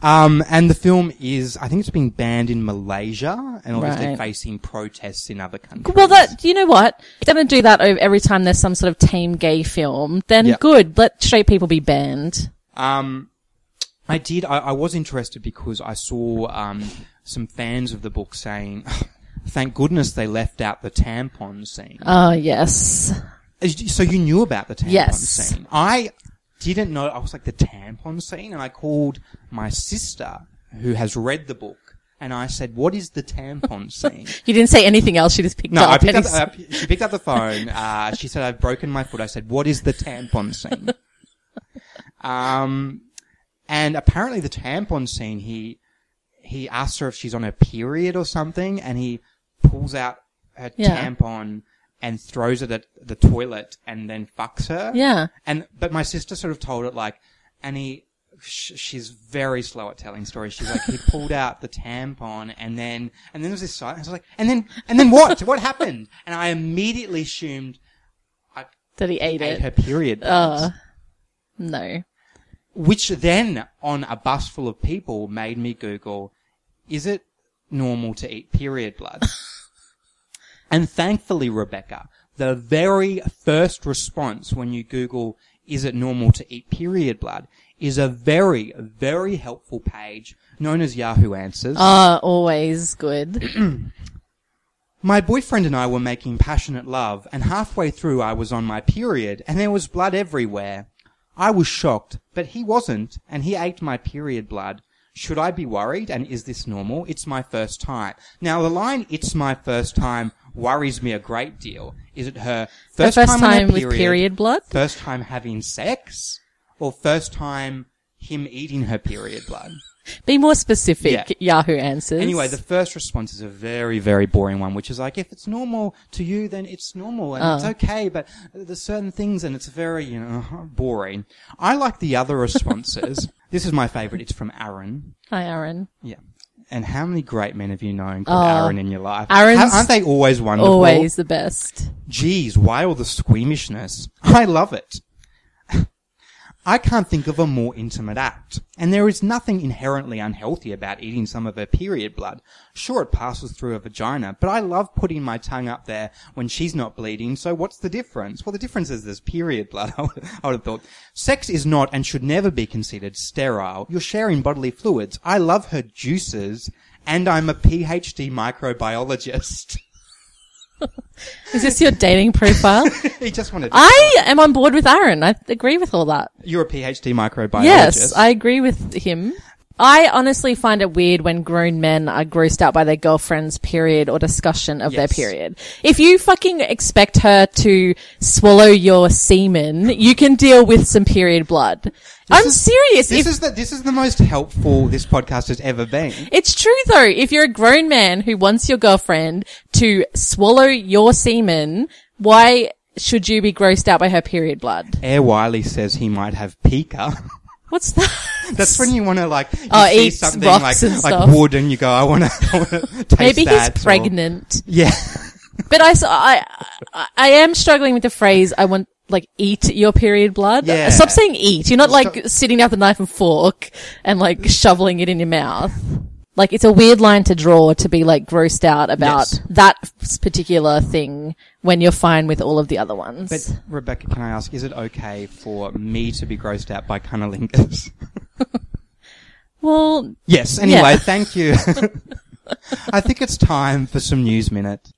[SPEAKER 2] Um, and the film is, I think it's been banned in Malaysia and obviously
[SPEAKER 3] Right.
[SPEAKER 2] facing protests in other countries.
[SPEAKER 3] Well, that you know what? If they're going to do that over every time there's some sort of tame gay film, then
[SPEAKER 2] Yeah.
[SPEAKER 3] good. Let straight people be banned.
[SPEAKER 2] Um, I did. I, I was interested because I saw um, some fans of the book saying, (laughs) "Thank goodness they left out the tampon scene."
[SPEAKER 3] Oh yes.
[SPEAKER 2] Is- so you knew about the tampon
[SPEAKER 3] Yes.
[SPEAKER 2] scene. I didn't know. I was like the tampon scene, and I called my sister who has read the book, and I said, "What is the tampon scene?"
[SPEAKER 3] You didn't say anything else. You just picked
[SPEAKER 2] No,
[SPEAKER 3] up.
[SPEAKER 2] I picked
[SPEAKER 3] and
[SPEAKER 2] up, uh, p- she picked up the phone. Uh, she said, I've broken my foot. I said, what is the tampon scene? um, and apparently the tampon scene, he, he asks her if she's on her period or something and he pulls out her
[SPEAKER 3] Yeah.
[SPEAKER 2] tampon and throws it at the toilet and then fucks her.
[SPEAKER 3] Yeah.
[SPEAKER 2] And, but my sister sort of told it like, and he, sh- she's very slow at telling stories. She's
[SPEAKER 3] (laughs)
[SPEAKER 2] like, he pulled out the tampon and then, and then there was this silence. I was like, and then, and then what? what happened? And I immediately assumed
[SPEAKER 3] that he ate
[SPEAKER 2] ate
[SPEAKER 3] it.
[SPEAKER 2] her period.
[SPEAKER 3] Uh,
[SPEAKER 2] blood,
[SPEAKER 3] no.
[SPEAKER 2] Which then on a bus full of people made me Google, is it normal to eat period blood? and thankfully, Rebecca, the very first response when you Google, is it normal to eat period blood? Is a very, very helpful page known as Yahoo Answers.
[SPEAKER 3] Uh, always good.
[SPEAKER 2] My boyfriend and I were making passionate love, and halfway through I was on my period, and there was blood everywhere. I was shocked, but he wasn't, and he ate my period blood. Should I be worried, and is this normal? It's my first time. Now, the line, it's my first time, worries me a great deal. Is it her
[SPEAKER 3] The
[SPEAKER 2] first,
[SPEAKER 3] first
[SPEAKER 2] on her
[SPEAKER 3] time with period blood?
[SPEAKER 2] First time having sex? Or first time him eating her period blood?
[SPEAKER 3] Be more specific.
[SPEAKER 2] Yeah.
[SPEAKER 3] Yahoo answers.
[SPEAKER 2] Anyway, the first response is a very, very boring one, which is like, if it's normal to you, then it's normal and
[SPEAKER 3] Uh.
[SPEAKER 2] it's okay, but there's certain things and it's very, you know, (laughs) boring. I like the other responses.
[SPEAKER 3] (laughs)
[SPEAKER 2] this is my favorite. It's from Aaron.
[SPEAKER 3] Hi, Aaron.
[SPEAKER 2] Yeah. And how many great men have you known called
[SPEAKER 3] Oh.
[SPEAKER 2] Aaron in your life?
[SPEAKER 3] Aaron's-
[SPEAKER 2] How- aren't they always wonderful?
[SPEAKER 3] Always the best.
[SPEAKER 2] Geez, why all the squeamishness? I love it. (laughs) I can't think of a more intimate act, and there is nothing inherently unhealthy about eating some of her period blood. Sure, it passes through her vagina, but I love putting my tongue up there when she's not bleeding, so what's the difference? Well, the difference is there's period blood, (laughs) I would, I would have thought. Sex is not and should never be considered sterile. You're sharing bodily fluids. I love her juices, and I'm a PhD microbiologist. (laughs)
[SPEAKER 3] Is this your dating profile? (laughs)
[SPEAKER 2] he just wanted to
[SPEAKER 3] I am on board with Aaron. I agree with all that.
[SPEAKER 2] You're a PhD microbiologist.
[SPEAKER 3] Yes, I agree with him. I honestly find it weird when grown men are grossed out by their girlfriend's period or discussion of their
[SPEAKER 2] Yes.
[SPEAKER 3] period. If you fucking expect her to swallow your semen, you can deal with some period blood. I'm
[SPEAKER 2] is-
[SPEAKER 3] serious.
[SPEAKER 2] This
[SPEAKER 3] If,
[SPEAKER 2] is the this is the most helpful this podcast has ever been.
[SPEAKER 3] it's true though. If you're a grown man who wants your girlfriend to swallow your semen, why should you be grossed out by her period blood?
[SPEAKER 2] Air Wiley says he might have pica. (laughs)
[SPEAKER 3] What's that?
[SPEAKER 2] That's when you want to like you
[SPEAKER 3] Oh,
[SPEAKER 2] see
[SPEAKER 3] eats
[SPEAKER 2] something
[SPEAKER 3] rocks
[SPEAKER 2] like
[SPEAKER 3] and
[SPEAKER 2] like
[SPEAKER 3] stuff.
[SPEAKER 2] wood, and you go, (laughs) I want to
[SPEAKER 3] (laughs)
[SPEAKER 2] taste
[SPEAKER 3] Maybe he's
[SPEAKER 2] that. or-
[SPEAKER 3] pregnant. (laughs)
[SPEAKER 2] yeah,
[SPEAKER 3] But I, s- I- I- I am struggling with the phrase. I want like eat your period blood.
[SPEAKER 2] Yeah.
[SPEAKER 3] Stop saying eat. You're not like
[SPEAKER 2] Stop-
[SPEAKER 3] sitting down with a knife and fork and like shoveling it in your mouth. Like it's a weird line to draw to be like grossed out about
[SPEAKER 2] Yes.
[SPEAKER 3] that s- particular thing when you're fine with all of the other ones.
[SPEAKER 2] but Rebecca, can I ask, is it okay for me to be grossed out by cunnilingus? (laughs)
[SPEAKER 3] well,
[SPEAKER 2] yes. Anyway,
[SPEAKER 3] Yeah.
[SPEAKER 2] thank
[SPEAKER 3] (laughs)
[SPEAKER 2] you. (laughs) I think it's time for some news minute.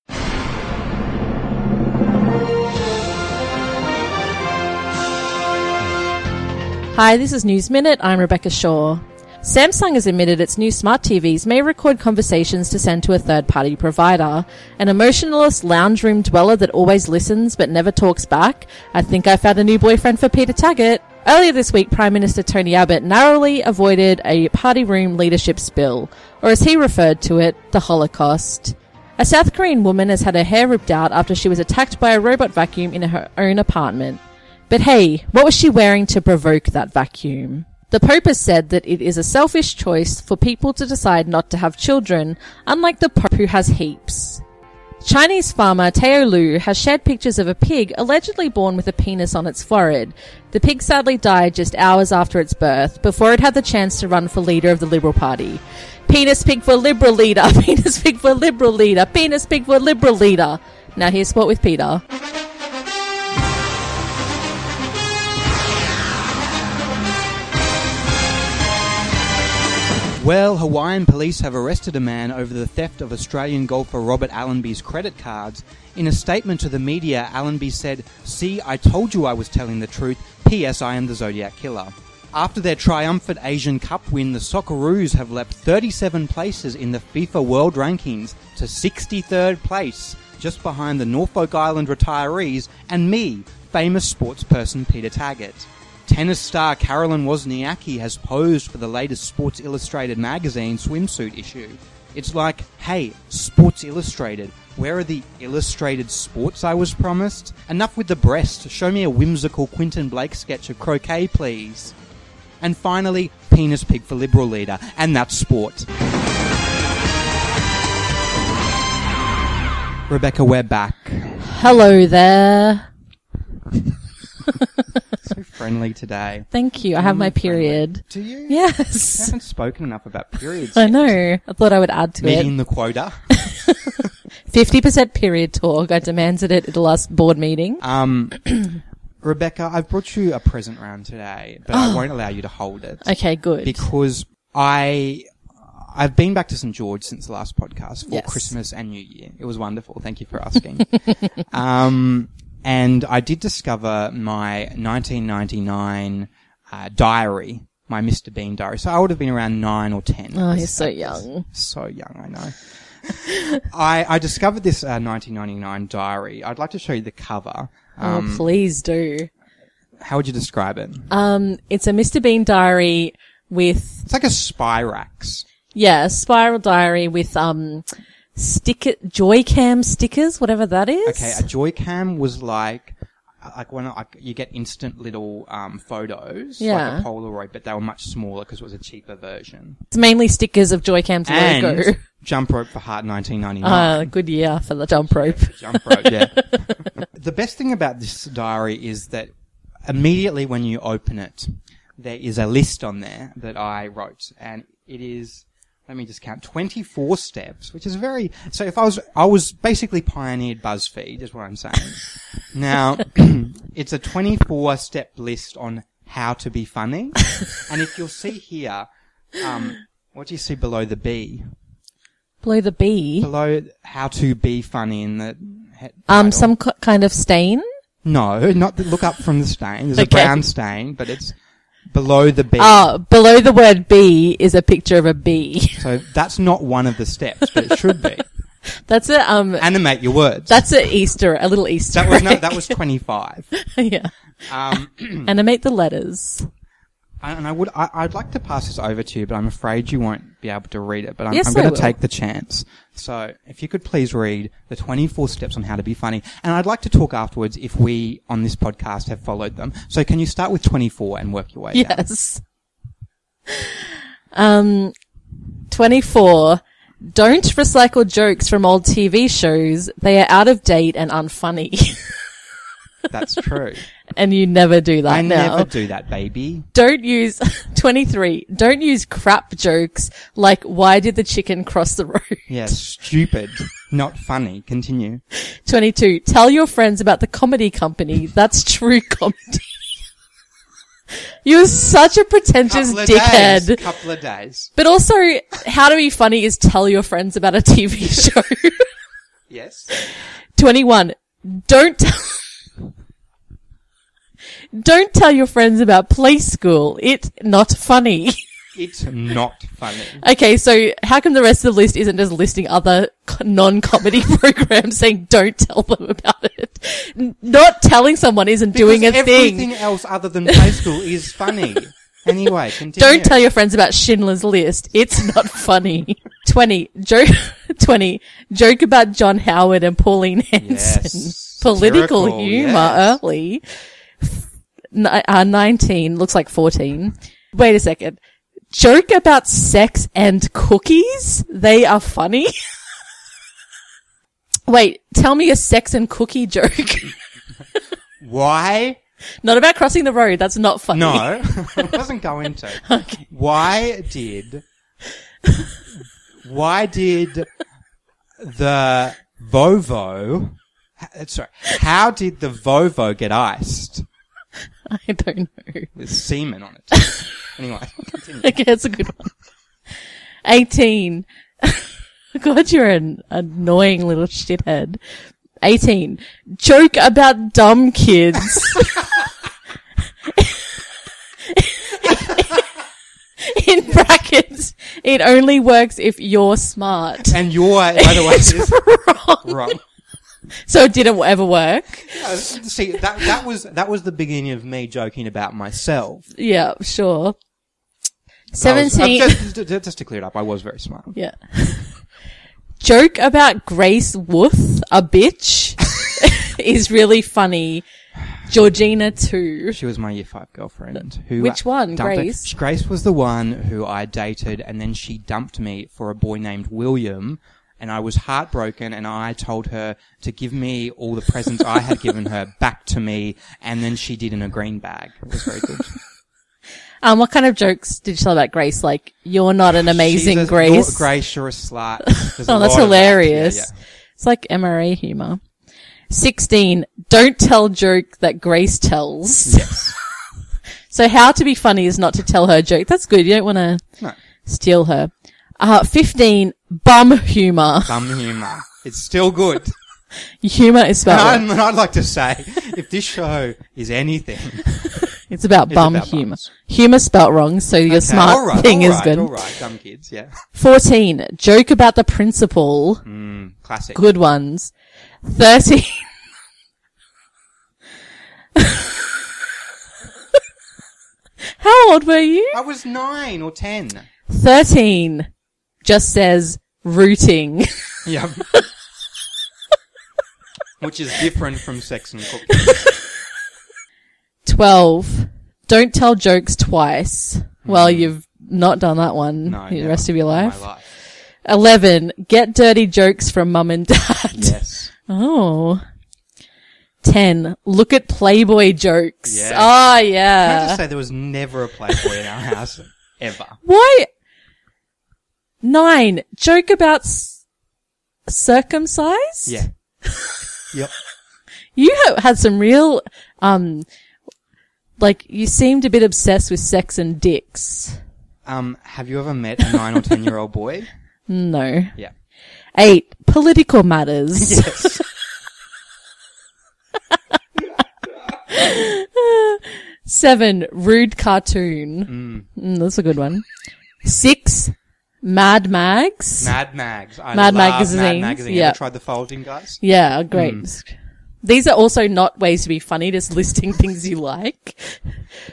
[SPEAKER 3] Hi, this is News Minute. I'm Rebecca Shaw. Samsung has admitted its new smart TVs may record conversations to send to a third party provider. An emotionless lounge room dweller that always listens but never talks back. I think I found a new boyfriend for Peter Taggart. Earlier this week, Prime Minister Tony Abbott narrowly avoided a party room leadership spill, or as he referred to it, the Holocaust. A South Korean woman has had her hair ripped out after she was attacked by a robot vacuum in her own apartment. But hey, what was she wearing to provoke that vacuum? The Pope has said that it is a selfish choice for people to decide not to have children, unlike the Pope who has heaps. Chinese farmer Teo Lu has shared pictures of a pig allegedly born with a penis on its forehead. The pig sadly died just hours after its birth, before it had the chance to run for leader of the Liberal Party. Penis pig for Liberal leader, (laughs) penis pig for Liberal leader, penis pig for Liberal leader. Now here's sport with Peter.
[SPEAKER 2] Well, Hawaiian police have arrested a man over the theft of Australian golfer Robert Allenby's credit cards. In a statement to the media, Allenby said, See, I told you I was telling the truth. P.S. I am the Zodiac Killer. After their triumphant Asian Cup win, the Socceroos have leapt 37 places in the FIFA World Rankings to 63rd place, just behind the Norfolk Island retirees and me, famous sportsperson Peter Taggart. Tennis star Carolyn Wozniacki has posed for the latest Sports Illustrated magazine swimsuit issue. It's like, hey, Sports Illustrated, where are the illustrated sports I was promised? Enough with the breast, show me a whimsical Quinton Blake sketch of croquet, please. And finally, penis pig for Liberal leader, and that's sport. Rebecca, we're back.
[SPEAKER 3] Hello there.
[SPEAKER 2] So friendly today.
[SPEAKER 3] Thank you. I have my period.
[SPEAKER 2] Do you? I (laughs)
[SPEAKER 3] Yes.
[SPEAKER 2] haven't spoken enough about periods.
[SPEAKER 3] (laughs) I know. I thought I would add to it.
[SPEAKER 2] Meeting the quota.
[SPEAKER 3] Fifty percent period talk. I demanded it at the last board meeting.
[SPEAKER 2] Um,
[SPEAKER 3] (clears throat)
[SPEAKER 2] Rebecca, I've brought you a present round today, but I won't allow you to hold it
[SPEAKER 3] Oh. Okay, good.
[SPEAKER 2] because I I've been back to St George since the last podcast for
[SPEAKER 3] Yes.
[SPEAKER 2] Christmas and New Year. It was wonderful. Thank you for asking.
[SPEAKER 3] (laughs)
[SPEAKER 2] um, and I did discover my 1999 uh, diary, my Mr Bean diary. So I would have been around nine or ten.
[SPEAKER 3] oh,
[SPEAKER 2] at
[SPEAKER 3] you're
[SPEAKER 2] this-
[SPEAKER 3] so
[SPEAKER 2] at this-
[SPEAKER 3] young.
[SPEAKER 2] so young, I know. (laughs) I, I discovered this uh, 1999 diary. I'd like to show you the cover. Um,
[SPEAKER 3] oh, please do.
[SPEAKER 2] How would you describe it?
[SPEAKER 3] Um, it's a Mr. Bean diary with
[SPEAKER 2] It's like a Spyrax.
[SPEAKER 3] yeah, a spiral diary with um sticker joy cam stickers, whatever that is.
[SPEAKER 2] Okay, a Joy-Cam was like uh, like when like you get instant little um, photos,
[SPEAKER 3] Yeah.
[SPEAKER 2] like a Polaroid, but they were much smaller because it was a cheaper version.
[SPEAKER 3] It's mainly stickers of Joy Cam's logo.
[SPEAKER 2] And jump rope for heart 1999.
[SPEAKER 3] (laughs) Uh, good year for the jump rope.
[SPEAKER 2] jump rope. Yeah. (laughs) the best thing about this diary is that immediately when you open it, there is a list on there that I wrote, and it is. Let me just count twenty-four steps, which is very. So if I was, I was basically pioneered BuzzFeed, is what I'm saying. now, (clears throat) it's a twenty-four step list on how to be funny, and if you'll see here, um, what do you see below the B?
[SPEAKER 3] Blow the bee.
[SPEAKER 2] Below how to be funny in the. he- title.
[SPEAKER 3] Um, some k kind of stain.
[SPEAKER 2] No, not the, look up from the stain. There's a
[SPEAKER 3] Okay.
[SPEAKER 2] brown stain, but it's below the B.
[SPEAKER 3] Oh, below the word bee is a picture of a bee. (laughs)
[SPEAKER 2] So that's not one of the steps, but it should be.
[SPEAKER 3] That's a um.
[SPEAKER 2] Animate your words.
[SPEAKER 3] That's a Easter, a little Easter.
[SPEAKER 2] that was no,
[SPEAKER 3] egg.
[SPEAKER 2] that was 25.
[SPEAKER 3] (laughs)
[SPEAKER 2] (clears throat)
[SPEAKER 3] yeah.
[SPEAKER 2] Um,
[SPEAKER 3] Animate the letters.
[SPEAKER 2] and I would, I, I'd like to pass this over to you, but I'm afraid you won't be able to read it. But I'm,
[SPEAKER 3] Yes,
[SPEAKER 2] I'm
[SPEAKER 3] I
[SPEAKER 2] going
[SPEAKER 3] will.
[SPEAKER 2] to take the chance. So if you could please read the 24 steps on how to be funny, and I'd like to talk afterwards if we on this podcast have followed them. So can you start with 24 and work your way down?
[SPEAKER 3] Yes. Um, 24. Don't recycle jokes from old TV shows. They are out of date and unfunny. (laughs)
[SPEAKER 2] That's true.
[SPEAKER 3] and you never do that
[SPEAKER 2] I
[SPEAKER 3] now.
[SPEAKER 2] never do that, baby.
[SPEAKER 3] Don't use, (laughs) 23. Don't use crap jokes like, why did the chicken cross the road? (laughs)
[SPEAKER 2] Yeah, stupid. Not funny. Continue.
[SPEAKER 3] 22. Tell your friends about the comedy company. That's true comedy. (laughs) You're such a pretentious dickhead.
[SPEAKER 2] days. Couple of days.
[SPEAKER 3] But also, how to be funny is tell your friends about a TV (laughs) show.
[SPEAKER 2] Yes.
[SPEAKER 3] 21. Don't tell- Don't tell your friends about play school. It's not funny. (laughs)
[SPEAKER 2] It's not funny.
[SPEAKER 3] Okay, so how come the rest of the list isn't just listing other co- non-comedy (laughs) programs saying don't tell them about it? N- Not telling someone isn't doing a
[SPEAKER 2] Because everything
[SPEAKER 3] thing.
[SPEAKER 2] else other than play school is funny.
[SPEAKER 3] (laughs)
[SPEAKER 2] Anyway, continue.
[SPEAKER 3] Don't tell your friends about Schindler's List. It's not (laughs) funny. 20. (laughs) Joke, 20. Joke about John Howard and Pauline Hanson.
[SPEAKER 2] Yes.
[SPEAKER 3] Political
[SPEAKER 2] Satirical,
[SPEAKER 3] humor
[SPEAKER 2] yes.
[SPEAKER 3] early. Ni- uh, 19. Looks like 14. Wait a second. Joke about sex and cookies? They are funny. (laughs) Wait, tell me a sex and cookie joke. (laughs)
[SPEAKER 2] Why?
[SPEAKER 3] not about crossing the road. That's not funny.
[SPEAKER 2] No, it doesn't go into. Why did? Why did the Vovo? h- Sorry, how did the Vovo get iced
[SPEAKER 3] (laughs) I don't know.
[SPEAKER 2] with semen on
[SPEAKER 3] (laughs)
[SPEAKER 2] it? anyway, continue.
[SPEAKER 3] Okay, that's a good one. 18. (laughs) God, you're an annoying little shithead. 18. Joke about
[SPEAKER 2] (laughs)
[SPEAKER 3] dumb kids. In brackets, it only works if you're smart.
[SPEAKER 2] and your by the way (laughs)
[SPEAKER 3] It's
[SPEAKER 2] is
[SPEAKER 3] wrong.
[SPEAKER 2] wrong.
[SPEAKER 3] (laughs) So it didn't ever work.
[SPEAKER 2] Uh, See, that that was that was the beginning of me joking about myself.
[SPEAKER 3] Yeah, sure.
[SPEAKER 2] I was-
[SPEAKER 3] 17.
[SPEAKER 2] uh, just, just- just to clear it up, I was very smart.
[SPEAKER 3] Yeah. (laughs) Joke about Grace Wooth, a
[SPEAKER 2] (laughs)
[SPEAKER 3] bitch, is really funny. Georgina too.
[SPEAKER 2] She was my year five girlfriend. Who
[SPEAKER 3] Which one,
[SPEAKER 2] dumped me.
[SPEAKER 3] Grace?
[SPEAKER 2] Grace was the one who I dated, and then she dumped me for a boy named William, and I was heartbroken. And I told her to give me all the presents I had given her back to me, and then she did in a green bag. It was very good.
[SPEAKER 3] Um, what kind of jokes did you tell about Grace? Like, you're not an amazing
[SPEAKER 2] She's a-
[SPEAKER 3] Grace.
[SPEAKER 2] You're, Grace, you're a slut.
[SPEAKER 3] (laughs)
[SPEAKER 2] There's a
[SPEAKER 3] oh, that's
[SPEAKER 2] lot of that. Yeah,
[SPEAKER 3] hilarious.
[SPEAKER 2] yeah.
[SPEAKER 3] It's like MRA humor. 16. Don't tell joke that Grace tells. (laughs) so how to be funny is not to tell her joke. That's good. You don't want to
[SPEAKER 2] No.
[SPEAKER 3] steal her. Uh, 15. Bum humor. (laughs)
[SPEAKER 2] Bum humor. It's still good.
[SPEAKER 3] Humor is
[SPEAKER 2] And
[SPEAKER 3] spelled.
[SPEAKER 2] I'd, (laughs) and I'd like to say, if this show is anything,
[SPEAKER 3] It's about
[SPEAKER 2] It's
[SPEAKER 3] bum
[SPEAKER 2] about
[SPEAKER 3] humor.
[SPEAKER 2] bums.
[SPEAKER 3] Humor spelt wrong, so your smart
[SPEAKER 2] all right,
[SPEAKER 3] thing
[SPEAKER 2] all
[SPEAKER 3] is
[SPEAKER 2] right,
[SPEAKER 3] good.
[SPEAKER 2] All right, dumb kids, yeah,
[SPEAKER 3] 14. Joke about the principal.
[SPEAKER 2] Hmm. classic.
[SPEAKER 3] Good ones. 13. (laughs) How old were you?
[SPEAKER 2] I was nine or ten.
[SPEAKER 3] 13. Just says rooting.
[SPEAKER 2] Yeah. (laughs) Which is different from sex and cooking.
[SPEAKER 3] 12. Don't tell jokes twice. Well, you've not done that one
[SPEAKER 2] Hmm. No,
[SPEAKER 3] the
[SPEAKER 2] never
[SPEAKER 3] rest of your
[SPEAKER 2] in
[SPEAKER 3] life.
[SPEAKER 2] My
[SPEAKER 3] (laughs)
[SPEAKER 2] life.
[SPEAKER 3] 11. Get dirty jokes from mum and dad.
[SPEAKER 2] Yes.
[SPEAKER 3] Oh. 10. Look at Playboy jokes.
[SPEAKER 2] Yes.
[SPEAKER 3] Ah,
[SPEAKER 2] Can I
[SPEAKER 3] yeah.
[SPEAKER 2] just say there was never a Playboy in our
[SPEAKER 3] (laughs)
[SPEAKER 2] house ever?
[SPEAKER 3] Why? 9. Joke about s- circumcised?
[SPEAKER 2] Yeah. Yep.
[SPEAKER 3] You ha- had some real, um, like, you seemed a bit obsessed with sex and dicks.
[SPEAKER 2] Um, have you ever met a nine or ten year old
[SPEAKER 3] (laughs)
[SPEAKER 2] boy?
[SPEAKER 3] No.
[SPEAKER 2] Yeah.
[SPEAKER 3] 8. Political matters.
[SPEAKER 2] (laughs) Yes.
[SPEAKER 3] (laughs) Seven, rude cartoon. Mm, that's a good one. Six, Mad Mags.
[SPEAKER 2] Mad Mags. I love Mad
[SPEAKER 3] Mad magazines,
[SPEAKER 2] Magazine.
[SPEAKER 3] yeah.
[SPEAKER 2] Ever tried the folding guys?
[SPEAKER 3] Yeah, great.
[SPEAKER 2] Mm.
[SPEAKER 3] These are also not ways to be funny, just listing (laughs) things you like.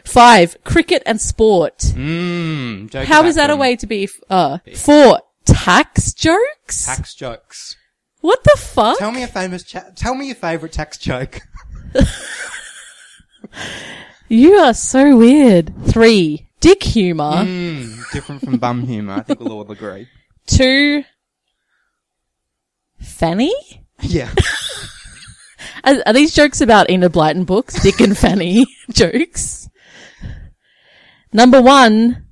[SPEAKER 3] Five, cricket and sport.
[SPEAKER 2] Mmm. joke
[SPEAKER 3] How
[SPEAKER 2] about
[SPEAKER 3] is that a
[SPEAKER 2] them.
[SPEAKER 3] way to be, f- uh, four, tax jokes?
[SPEAKER 2] Tax jokes.
[SPEAKER 3] what the fuck?
[SPEAKER 2] Tell me a famous. Cha- tell me your favorite tax joke.
[SPEAKER 3] you are so weird. Three, dick humor.
[SPEAKER 2] Mm, (laughs) different from bum humor. I think we'll all agree.
[SPEAKER 3] Two, fanny?
[SPEAKER 2] Yeah.
[SPEAKER 3] Are, are these jokes about Enid Blyton books? Dick and Fanny (laughs) jokes. Number one,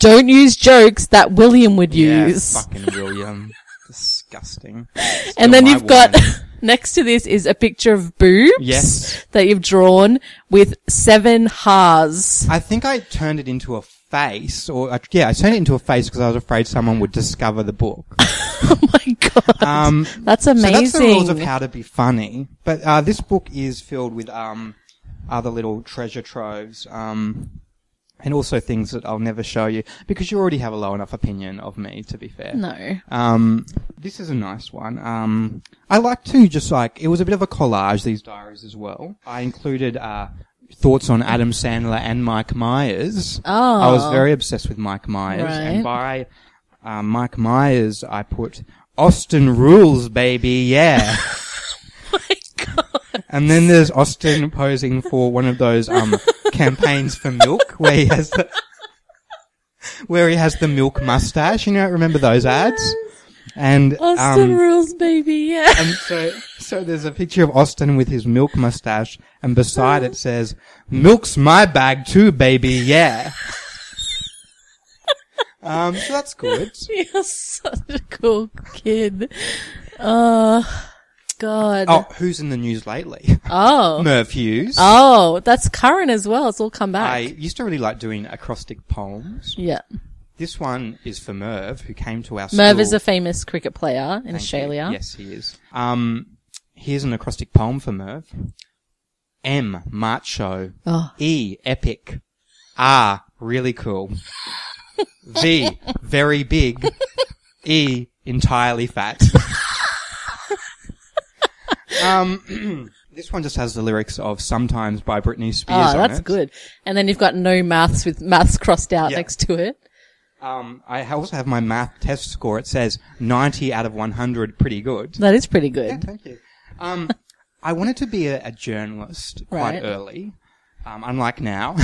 [SPEAKER 3] don't use jokes that William would use.
[SPEAKER 2] Yeah, fucking William. Disgusting. Still
[SPEAKER 3] and then
[SPEAKER 2] my
[SPEAKER 3] you've got
[SPEAKER 2] woman.
[SPEAKER 3] (laughs) next to this is a picture of boobs
[SPEAKER 2] Yes.
[SPEAKER 3] that you've drawn with seven ha's.
[SPEAKER 2] I think I turned it into a face, or I, yeah, I turned it into a face because I was afraid someone would discover the book.
[SPEAKER 3] (laughs) Oh my god,
[SPEAKER 2] Um,
[SPEAKER 3] that's amazing.
[SPEAKER 2] So that's the rules of how to be funny. But uh, this book is filled with um, other little treasure troves, um, and also things that I'll never show you because you already have a low enough opinion of me. To be fair,
[SPEAKER 3] no. (laughs)
[SPEAKER 2] Um, this is a nice one. Um, I like to just like it was a bit of a collage. These diaries as well. I included uh, thoughts on Adam Sandler and Mike Myers.
[SPEAKER 3] Oh.
[SPEAKER 2] I was very obsessed with Mike Myers, and by uh, Mike Myers, I put Austin rules, baby,
[SPEAKER 3] (laughs)
[SPEAKER 2] yeah.
[SPEAKER 3] My God. (laughs)
[SPEAKER 2] and then there's Austin posing for one of those um campaigns for milk where he has the where he has the milk mustache. You know, remember those ads? And
[SPEAKER 3] Austin
[SPEAKER 2] um,
[SPEAKER 3] rules, baby. (laughs) Yeah.
[SPEAKER 2] and so so there's a picture of Austin with his milk mustache, and beside it says, "Milk's my bag too, baby. Yeah." um, so that's
[SPEAKER 3] (laughs)
[SPEAKER 2] good.
[SPEAKER 3] You're such a cool kid. Oh, God.
[SPEAKER 2] Oh, who's in the news lately?
[SPEAKER 3] Oh.
[SPEAKER 2] Merv Hughes.
[SPEAKER 3] Oh, that's current as well. It's all come back.
[SPEAKER 2] I used to really like doing acrostic poems.
[SPEAKER 3] yeah.
[SPEAKER 2] This one is for Merv, who came to our school.
[SPEAKER 3] Merv is a famous cricket player in
[SPEAKER 2] Thank you.
[SPEAKER 3] Australia.
[SPEAKER 2] Yes, he is. Um, here's an acrostic poem for Merv. M, macho.
[SPEAKER 3] Oh.
[SPEAKER 2] E, epic. R, really cool. v, very big. E, entirely
[SPEAKER 3] (laughs)
[SPEAKER 2] fat. um, (clears throat) this one just has the lyrics of Sometimes by Britney Spears
[SPEAKER 3] Oh,
[SPEAKER 2] on
[SPEAKER 3] that's
[SPEAKER 2] it.
[SPEAKER 3] good. And then you've got no maths with maths crossed out
[SPEAKER 2] Yeah.
[SPEAKER 3] next to it.
[SPEAKER 2] Um, I also have my math test score. It says 90 out of 100, pretty good.
[SPEAKER 3] That is pretty good.
[SPEAKER 2] Thank you. Um, I wanted to be a, a journalist quite
[SPEAKER 3] Right.
[SPEAKER 2] early, um, unlike now.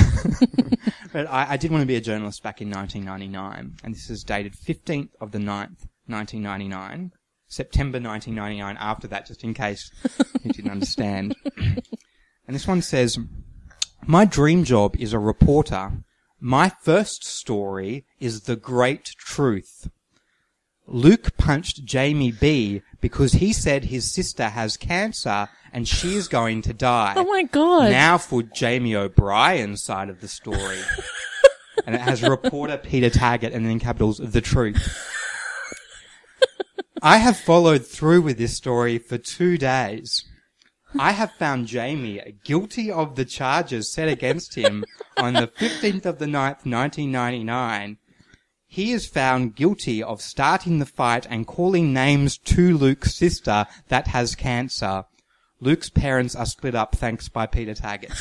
[SPEAKER 2] but I, I did want to be a journalist back in 1999, and this is dated 15th of the 9th, 1999, September 1999, after that, just in case you didn't understand. and this one says, my dream job is a reporter. My first story is the great truth. Luke punched Jamie B because he said his sister has cancer and she is going to die.
[SPEAKER 3] Oh my god.
[SPEAKER 2] Now for Jamie O'Brien's side of the story. and it has reporter Peter Taggart and in capitals, the truth. I have followed through with this story for two days. I have found Jamie guilty of the charges set against him on the 15th of the 9th, 1999. He is found guilty of starting the fight and calling names to Luke's sister that has cancer. Luke's parents are split up thanks by Peter
[SPEAKER 3] (laughs)
[SPEAKER 2] Taggart.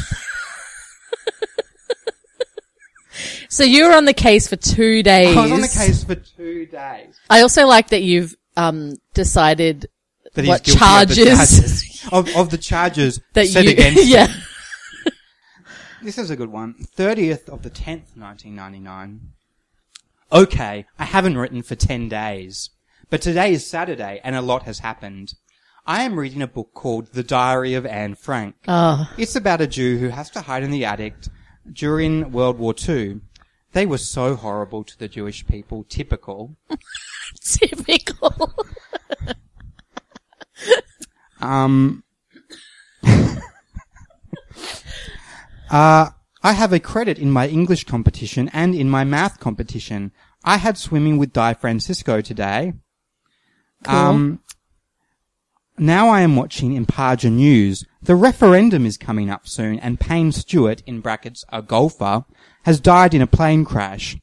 [SPEAKER 3] so you were on the case for two days.
[SPEAKER 2] I was on the case for two days.
[SPEAKER 3] I also like that you've um decided
[SPEAKER 2] That
[SPEAKER 3] What
[SPEAKER 2] he's guilty
[SPEAKER 3] charges?
[SPEAKER 2] Of the charges, of, of the charges
[SPEAKER 3] (laughs) that
[SPEAKER 2] set
[SPEAKER 3] you
[SPEAKER 2] against him.
[SPEAKER 3] yeah.
[SPEAKER 2] This is a good one. 30th of the 10th, 1999. Okay, I haven't written for 10 days. But today is Saturday and a lot has happened. I am reading a book called The Diary of Anne Frank.
[SPEAKER 3] Ah.
[SPEAKER 2] It's about a Jew who has to hide in the attic during World War II. They were so horrible to the Jewish people, typical.
[SPEAKER 3] (laughs) Typical.
[SPEAKER 2] Um, uh, I have a credit in my English competition and in my math competition. I had swimming with Di Francisco today. Um, now I am watching Impaja News. The referendum is coming up soon, and Payne Stewart, in brackets, a golfer, has died in a plane crash.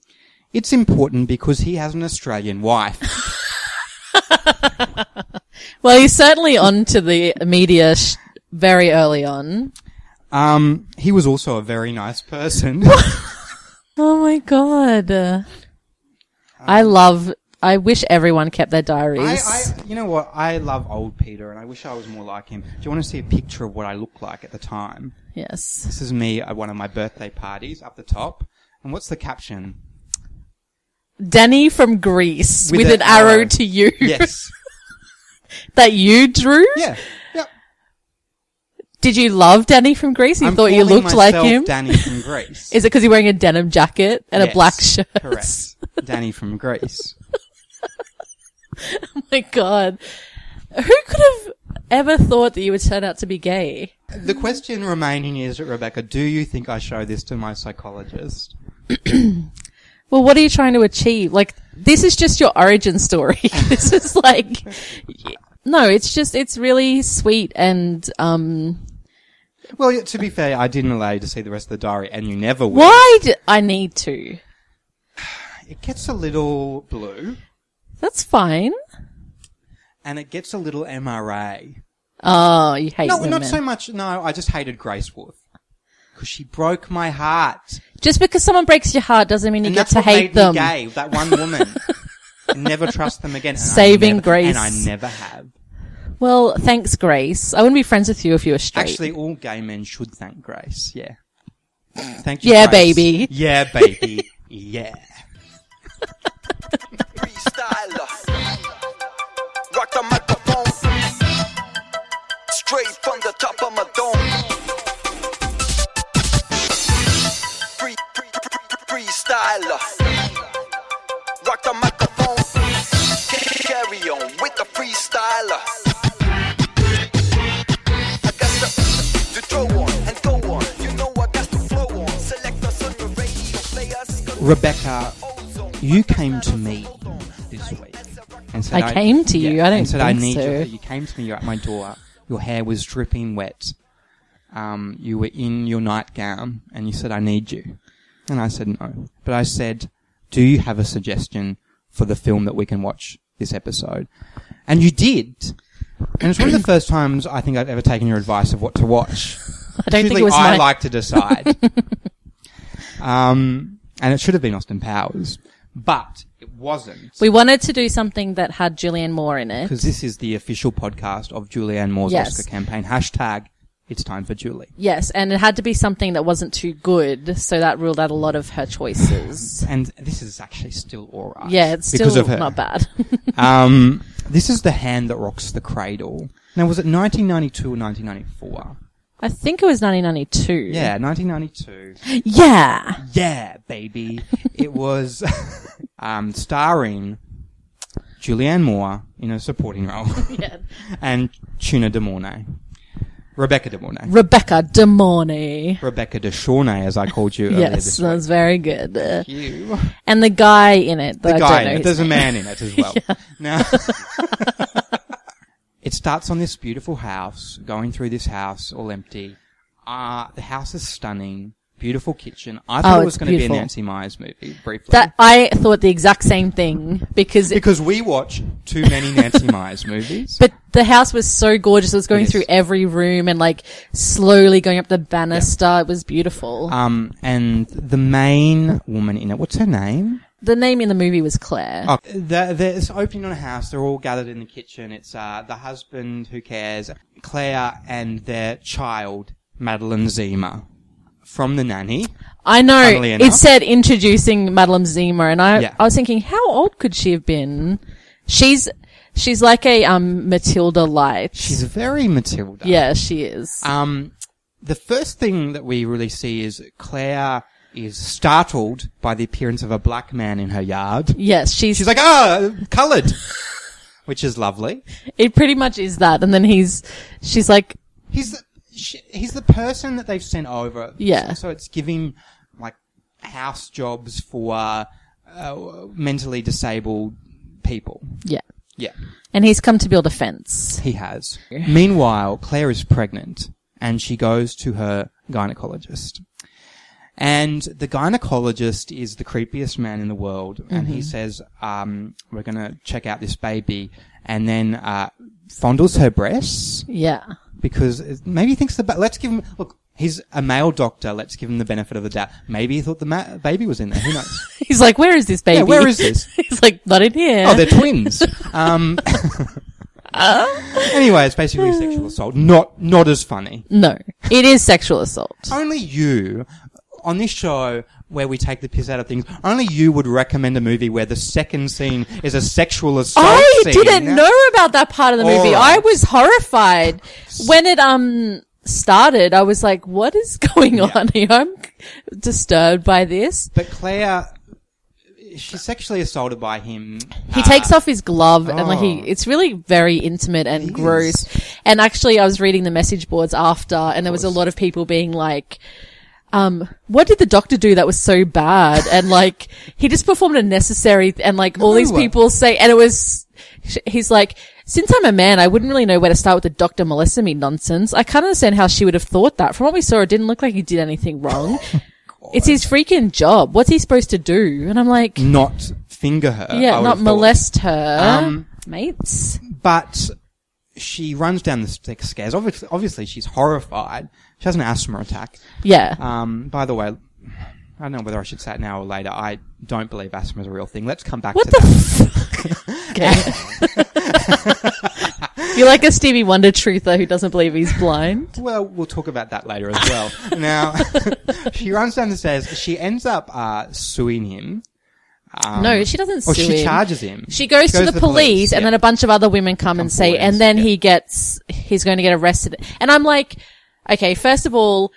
[SPEAKER 2] It's important because he has an Australian wife.
[SPEAKER 3] Well, he's certainly on to the media sh- very early on.
[SPEAKER 2] Um, he was also a very nice person.
[SPEAKER 3] Oh my god. Uh, I love I wish everyone kept their
[SPEAKER 2] I,
[SPEAKER 3] diaries.
[SPEAKER 2] I, you know what? I love old Peter, and I wish I was more like him. Do you want to see a picture of what I looked like at the time?
[SPEAKER 3] yes.
[SPEAKER 2] This is me at one of my birthday parties up the top. And what's the
[SPEAKER 3] (laughs)
[SPEAKER 2] caption?
[SPEAKER 3] Danny from Greece with,
[SPEAKER 2] With uh,
[SPEAKER 3] an
[SPEAKER 2] an
[SPEAKER 3] arrow,
[SPEAKER 2] arrow.
[SPEAKER 3] to you
[SPEAKER 2] Yes.
[SPEAKER 3] (laughs) that you drew.
[SPEAKER 2] yeah. Yep.
[SPEAKER 3] Did you love Danny from Greece? You
[SPEAKER 2] I'm
[SPEAKER 3] thought you
[SPEAKER 2] calling
[SPEAKER 3] looked like
[SPEAKER 2] myself
[SPEAKER 3] him?
[SPEAKER 2] Danny from Greece.
[SPEAKER 3] (laughs) Is it because you're wearing a denim jacket and a
[SPEAKER 2] Yes,
[SPEAKER 3] black shirt? (laughs)
[SPEAKER 2] Correct. Danny from Greece.
[SPEAKER 3] oh my god. Who could have ever thought that you would turn out to be gay?
[SPEAKER 2] The question remaining is, Rebecca, do you think I show this to my psychologist?
[SPEAKER 3] Well, what are you trying to achieve? Like, this is just your origin story. (laughs) this is like, no, it's just, it's really sweet and, um,
[SPEAKER 2] Well, yeah, to be fair, I didn't allow you to see the rest of the diary, and you never will.
[SPEAKER 3] why do I need to?
[SPEAKER 2] It gets a little blue,
[SPEAKER 3] That's fine.
[SPEAKER 2] and it gets a little MRA.
[SPEAKER 3] Oh, you hate
[SPEAKER 2] No,
[SPEAKER 3] women.
[SPEAKER 2] not so much. No, I just hated Grace Wolf because she broke my heart.
[SPEAKER 3] Just because someone breaks your heart doesn't mean you
[SPEAKER 2] and
[SPEAKER 3] get
[SPEAKER 2] that's
[SPEAKER 3] to
[SPEAKER 2] what
[SPEAKER 3] hate
[SPEAKER 2] made
[SPEAKER 3] them.
[SPEAKER 2] me gay. That one
[SPEAKER 3] (laughs)
[SPEAKER 2] woman. I never trust them again. and I
[SPEAKER 3] Saving
[SPEAKER 2] never-
[SPEAKER 3] grace.
[SPEAKER 2] and I never have.
[SPEAKER 3] Well, thanks, Grace. I wouldn't be friends with you if you were straight.
[SPEAKER 2] Actually, all gay men should thank Grace. Yeah. Thank you.
[SPEAKER 3] Yeah,
[SPEAKER 2] guys.
[SPEAKER 3] baby.
[SPEAKER 2] Yeah, baby. (laughs) yeah.
[SPEAKER 4] freestyler. Rock the microphone. Straight from the top of my dome. Free, free, free- freestyler. Rock the microphone. Carry on with the freestyler. I got the- to throw on and go on. You know I got to flow on. Selectors on the radio players.
[SPEAKER 2] Rebecca, you came to me this week and said
[SPEAKER 3] I came to you? I don't
[SPEAKER 2] and said I
[SPEAKER 3] think
[SPEAKER 2] need
[SPEAKER 3] so.
[SPEAKER 2] you. You came to me. You're at my door. Your hair was dripping wet. Um, you were in your nightgown, and you said I need you. And I said no. But I said, do you have a suggestion for the film that we can watch this episode? And you did. And it's one of the first times I think I've ever taken your advice of what to watch.
[SPEAKER 3] I don't think
[SPEAKER 2] Usually
[SPEAKER 3] it was
[SPEAKER 2] I
[SPEAKER 3] my.
[SPEAKER 2] like to
[SPEAKER 3] (laughs)
[SPEAKER 2] decide. um, and it should have been Austin Powers, but it wasn't.
[SPEAKER 3] we wanted to do something that had Julianne Moore in it.
[SPEAKER 2] Because this is the official podcast of Julianne Moore's
[SPEAKER 3] Yes.
[SPEAKER 2] Oscar campaign. Hashtag, it's time for Julie.
[SPEAKER 3] Yes, and it had to be something that wasn't too good, so that ruled out a lot of her choices.
[SPEAKER 2] And this is actually still alright.
[SPEAKER 3] Yeah, it's still
[SPEAKER 2] because of her.
[SPEAKER 3] not bad. (laughs)
[SPEAKER 2] Um, this is The Hand That Rocks the Cradle. Now, was it 1992 or 1994?
[SPEAKER 3] I think it was 1992.
[SPEAKER 2] Yeah, 1992.
[SPEAKER 3] Yeah.
[SPEAKER 2] Yeah, baby. it was (laughs) um, starring Julianne Moore in a supporting
[SPEAKER 3] (laughs)
[SPEAKER 2] role (laughs) and Tuna de Mornay. Rebecca de Mornay.
[SPEAKER 3] Rebecca De Mornay.
[SPEAKER 2] Rebecca de Shornay, as I called you earlier
[SPEAKER 3] Yes, (laughs)
[SPEAKER 2] this
[SPEAKER 3] that
[SPEAKER 2] week.
[SPEAKER 3] was very good. Uh,
[SPEAKER 2] You.
[SPEAKER 3] and the guy in it, that
[SPEAKER 2] The
[SPEAKER 3] I
[SPEAKER 2] guy
[SPEAKER 3] don't
[SPEAKER 2] in
[SPEAKER 3] know
[SPEAKER 2] it.
[SPEAKER 3] his
[SPEAKER 2] There's a
[SPEAKER 3] name.
[SPEAKER 2] man in it as
[SPEAKER 3] (laughs)
[SPEAKER 2] well. Now, (laughs) it starts on this beautiful house, going through this house, all empty. Uh, the house is stunning. Beautiful kitchen. I thought
[SPEAKER 3] Oh,
[SPEAKER 2] it was
[SPEAKER 3] it's
[SPEAKER 2] going to be a
[SPEAKER 3] beautiful.
[SPEAKER 2] Nancy Myers movie, briefly.
[SPEAKER 3] That I thought the exact same thing because, it,
[SPEAKER 2] because we watch too many
[SPEAKER 3] (laughs)
[SPEAKER 2] Nancy Myers movies.
[SPEAKER 3] but the house was so gorgeous. It was going
[SPEAKER 2] Yes.
[SPEAKER 3] through every room and like slowly going up the banister. It was beautiful.
[SPEAKER 2] um, and the main woman in it, what's her name?
[SPEAKER 3] the name in the movie was Claire.
[SPEAKER 2] Oh, they're, they're, it's opening on a house. They're all gathered in the kitchen. It's uh, the husband who cares, Claire, and their child, Madeline Zima, from the nanny.
[SPEAKER 3] I know
[SPEAKER 2] Funnily
[SPEAKER 3] it
[SPEAKER 2] enough.
[SPEAKER 3] said introducing Madeline Zima, and I,
[SPEAKER 2] Yeah.
[SPEAKER 3] I was thinking, how old could she have been? She's she's like a um Matilda light.
[SPEAKER 2] She's very Matilda.
[SPEAKER 3] yeah, she is.
[SPEAKER 2] Um, the first thing that we really see is Claire is startled by the appearance of a black man in her yard.
[SPEAKER 3] yes, she's,
[SPEAKER 2] She's like, ah, coloured, which is lovely.
[SPEAKER 3] It pretty much is that, and then he's she's like,
[SPEAKER 2] He's the, sh he's the person that they've sent over.
[SPEAKER 3] Yeah.
[SPEAKER 2] So it's giving like house jobs for uh, uh, mentally disabled people.
[SPEAKER 3] yeah,
[SPEAKER 2] Yeah,
[SPEAKER 3] and he's come to build a fence.
[SPEAKER 2] he has. Meanwhile, Claire is pregnant and she goes to her gynecologist. And the gynecologist is the creepiest man in the world, and he says, um, "We're going to check out this baby," and then uh, fondles her breasts
[SPEAKER 3] Yeah, (laughs)
[SPEAKER 2] because it- maybe he thinks the ba- let's give him look. He's a male doctor. Let's give him the benefit of the doubt. Maybe he thought the ma- baby was in there. Who
[SPEAKER 3] (laughs)
[SPEAKER 2] knows?
[SPEAKER 3] he's like, where is this baby?
[SPEAKER 2] Yeah, where is this?
[SPEAKER 3] (laughs) he's like, not in here.
[SPEAKER 2] Oh, they're twins. (laughs) Um, anyway, it's basically sexual assault. Not not as funny.
[SPEAKER 3] no, it is sexual assault.
[SPEAKER 2] Only you on this show where we take the piss out of things. Only you would recommend a movie where the second scene is a sexual assault.
[SPEAKER 3] I
[SPEAKER 2] scene.
[SPEAKER 3] didn't know about that part of the
[SPEAKER 2] All
[SPEAKER 3] movie.
[SPEAKER 2] right.
[SPEAKER 3] I was horrified when it um started. I was like, "What is (laughs) going on here? I'm disturbed by this."
[SPEAKER 2] But Claire, she's sexually assaulted by him.
[SPEAKER 3] He takes off his glove and like he, it's really very intimate and gross. And actually, I was reading the message boards after, and there was a lot of people being like. Um, what did the doctor do that was so bad? And like, he just performed a necessary, and like all these
[SPEAKER 2] No.
[SPEAKER 3] people say, and it was, sh- he's like, since I'm a man, I wouldn't really know where to start with the doctor molesting me nonsense. I can't understand how she would have thought that. From what we saw, it didn't look like he did anything wrong. it's his freaking job. What's he supposed to do? And I'm like,
[SPEAKER 2] not finger her. I
[SPEAKER 3] yeah,
[SPEAKER 2] would have
[SPEAKER 3] not
[SPEAKER 2] thought.
[SPEAKER 3] molest her,
[SPEAKER 2] Um,
[SPEAKER 3] mates.
[SPEAKER 2] but she runs down the st- stairs. Obviously, obviously, she's horrified. She has an asthma attack.
[SPEAKER 3] Yeah, (laughs)
[SPEAKER 2] Um, by the way, I don't know whether I should say it now or later. I don't believe asthma is a real thing. Let's come back
[SPEAKER 3] what
[SPEAKER 2] to
[SPEAKER 3] the
[SPEAKER 2] that.
[SPEAKER 3] fuck? Okay. You're like a Stevie Wonder truther who doesn't believe he's blind.
[SPEAKER 2] Well, we'll talk about that later as
[SPEAKER 3] (laughs)
[SPEAKER 2] well. now, (laughs) she runs down the stairs. She ends up uh, suing him. Um,
[SPEAKER 3] no, she doesn't
[SPEAKER 2] Or
[SPEAKER 3] sue
[SPEAKER 2] she
[SPEAKER 3] him.
[SPEAKER 2] charges him.
[SPEAKER 3] She goes, to the, police, and
[SPEAKER 2] yeah.
[SPEAKER 3] then a bunch of other women come, and say,
[SPEAKER 2] forward and
[SPEAKER 3] and then
[SPEAKER 2] say,
[SPEAKER 3] he gets, he's going to get arrested. And I'm like, okay, first of all,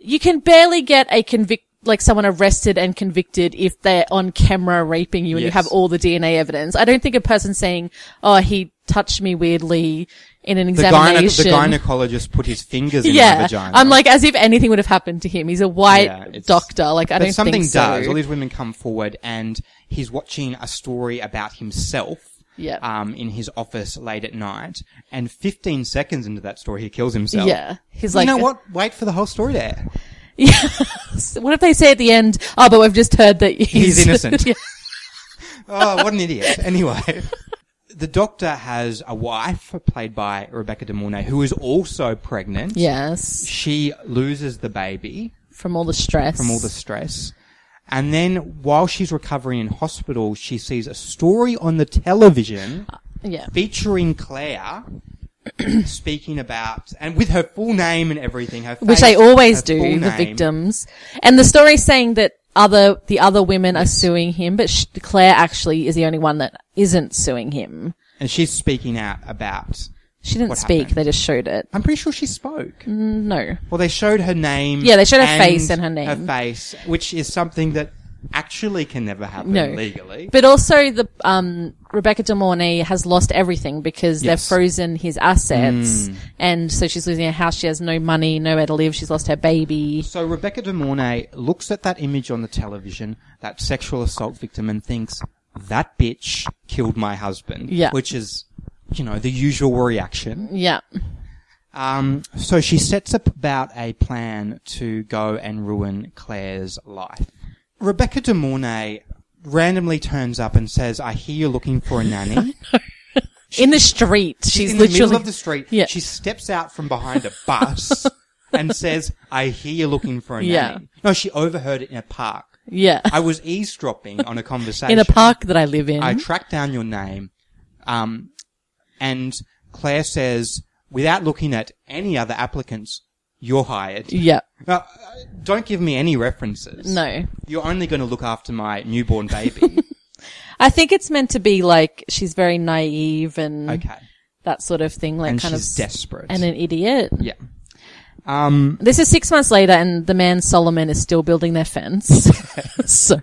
[SPEAKER 3] you can barely get a convict, like someone arrested and convicted if they're on camera raping you and you
[SPEAKER 2] Yes.
[SPEAKER 3] have all the DNA evidence. I don't think a person saying, oh, he touched me weirdly in an
[SPEAKER 2] the, gyne-
[SPEAKER 3] examination.
[SPEAKER 2] the gynecologist put his fingers in
[SPEAKER 3] (laughs) yeah,
[SPEAKER 2] my vagina.
[SPEAKER 3] I'm like as if anything would have happened to him. He's a white
[SPEAKER 2] Yeah, it's-
[SPEAKER 3] doctor. Like I
[SPEAKER 2] but
[SPEAKER 3] don't
[SPEAKER 2] something
[SPEAKER 3] think so.
[SPEAKER 2] does. All these women come forward, and he's watching a story about himself.
[SPEAKER 3] Yep.
[SPEAKER 2] Um, in his office late at night, and 15 seconds into that story, he kills himself.
[SPEAKER 3] Yeah. He's
[SPEAKER 2] you
[SPEAKER 3] like-
[SPEAKER 2] know what? Wait for the whole story to air.
[SPEAKER 3] what if they say at the end, "Oh, but we've just heard that he's,
[SPEAKER 2] He's
[SPEAKER 3] (laughs)
[SPEAKER 2] innocent.
[SPEAKER 3] Yeah.
[SPEAKER 2] oh, what an
[SPEAKER 3] (laughs)
[SPEAKER 2] idiot. Anyway. The doctor has a wife played by Rebecca De Mornay who is also pregnant.
[SPEAKER 3] Yes,
[SPEAKER 2] She loses the baby
[SPEAKER 3] from all the stress.
[SPEAKER 2] from all the stress. And then while she's recovering in hospital, she sees a story on the television
[SPEAKER 3] yeah.
[SPEAKER 2] featuring Claire (clears throat) speaking about, and with her full name and everything, her face,
[SPEAKER 3] which they always
[SPEAKER 2] her full
[SPEAKER 3] do, the
[SPEAKER 2] name.
[SPEAKER 3] victims. And the story's saying that other the other women are suing him, but sh- Claire actually is the only one that isn't suing him.
[SPEAKER 2] And she's speaking out about,
[SPEAKER 3] She didn't
[SPEAKER 2] What
[SPEAKER 3] speak;
[SPEAKER 2] happened?
[SPEAKER 3] they just showed it.
[SPEAKER 2] I'm pretty sure she spoke.
[SPEAKER 3] No,
[SPEAKER 2] Well, they showed her name.
[SPEAKER 3] Mm. Yeah, they showed her face and her name.
[SPEAKER 2] Her face, which is something that actually can never happen
[SPEAKER 3] no,
[SPEAKER 2] legally.
[SPEAKER 3] But also, the um, Rebecca De Mornay has lost everything
[SPEAKER 2] Yes.
[SPEAKER 3] because
[SPEAKER 2] Mm.
[SPEAKER 3] they've frozen his assets, and so she's losing her house. She has no money, nowhere to live. She's lost her baby.
[SPEAKER 2] so Rebecca De Mornay looks at that image on the television, that sexual assault victim, and thinks that bitch killed my husband.
[SPEAKER 3] Yeah.
[SPEAKER 2] which is, you know, the usual reaction.
[SPEAKER 3] Yeah,
[SPEAKER 2] Um, so she sets up about a plan to go and ruin Claire's life. Rebecca De Mornay randomly turns up and says, "I hear you're looking for a
[SPEAKER 3] (laughs)
[SPEAKER 2] nanny."
[SPEAKER 3] in the street, she's
[SPEAKER 2] She's in the
[SPEAKER 3] literally
[SPEAKER 2] middle of the street.
[SPEAKER 3] Yeah.
[SPEAKER 2] She steps out from behind a
[SPEAKER 3] (laughs)
[SPEAKER 2] bus and says, I hear you're looking for a nanny.
[SPEAKER 3] Yeah.
[SPEAKER 2] No, she overheard it in a park.
[SPEAKER 3] yeah
[SPEAKER 2] I was eavesdropping on a conversation.
[SPEAKER 3] (laughs) in a park that I live in.
[SPEAKER 2] I tracked down your name. Um, and Claire says, without looking at any other applicants, you're hired.
[SPEAKER 3] yeah,
[SPEAKER 2] Now, uh, don't give me any references.
[SPEAKER 3] no,
[SPEAKER 2] You're only going to look after my newborn baby.
[SPEAKER 3] I think it's meant to be like she's very naive and
[SPEAKER 2] okay.
[SPEAKER 3] (laughs) that sort of thing, like
[SPEAKER 2] And
[SPEAKER 3] kind
[SPEAKER 2] she's
[SPEAKER 3] of
[SPEAKER 2] desperate.
[SPEAKER 3] and an idiot. (sighs)
[SPEAKER 2] yeah. Um,
[SPEAKER 3] This is six months later, and the man Solomon is still building
[SPEAKER 2] (laughs)
[SPEAKER 3] their fence, (laughs) so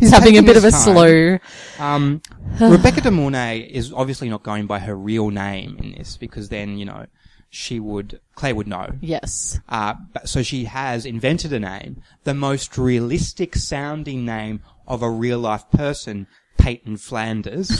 [SPEAKER 3] he's having a
[SPEAKER 2] taking
[SPEAKER 3] bit of a
[SPEAKER 2] his time.
[SPEAKER 3] slow.
[SPEAKER 2] Um, Rebecca De Mornay is obviously not going by her real name in this because then, you know, she would, Claire would know.
[SPEAKER 3] Yes.
[SPEAKER 2] Uh, but, so she has invented a name, the most realistic sounding name of a real life person, Peyton
[SPEAKER 3] (laughs)
[SPEAKER 2] Flanders.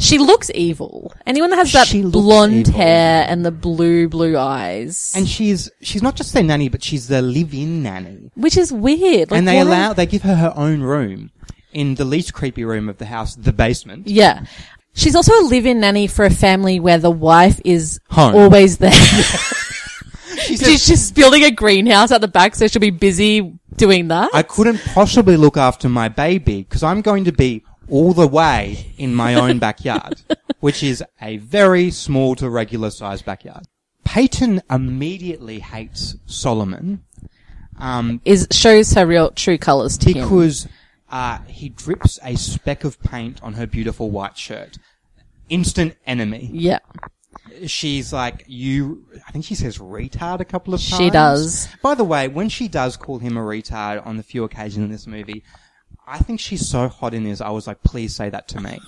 [SPEAKER 3] She looks evil. Anyone that has that
[SPEAKER 2] She looks
[SPEAKER 3] blonde
[SPEAKER 2] evil.
[SPEAKER 3] hair and the blue, blue eyes.
[SPEAKER 2] and she's, she's not just their nanny, but she's their live-in nanny.
[SPEAKER 3] which is weird. Like,
[SPEAKER 2] and they
[SPEAKER 3] why-
[SPEAKER 2] allow, they give her her own room in the least creepy room of the house, the basement.
[SPEAKER 3] Yeah. She's also a live-in nanny for a family where the wife is
[SPEAKER 2] Home. (laughs)
[SPEAKER 3] always there.
[SPEAKER 2] She
[SPEAKER 3] She's just building a greenhouse at the back, so she'll be busy doing that.
[SPEAKER 2] I couldn't possibly look after my baby because I'm going to be all the way in my own backyard, which is a very small to regular sized backyard. Peyton immediately hates Solomon um,
[SPEAKER 3] is shows her real true colors to him.
[SPEAKER 2] because uh, he drips a speck of paint on her beautiful white shirt. Instant enemy.
[SPEAKER 3] Yeah,
[SPEAKER 2] She's like, you, I think she says retard a couple of
[SPEAKER 3] She
[SPEAKER 2] times.
[SPEAKER 3] does.
[SPEAKER 2] By the way, when she does call him a retard on the few occasions in this movie, I think she's so hot in this, I was like, please say that to me.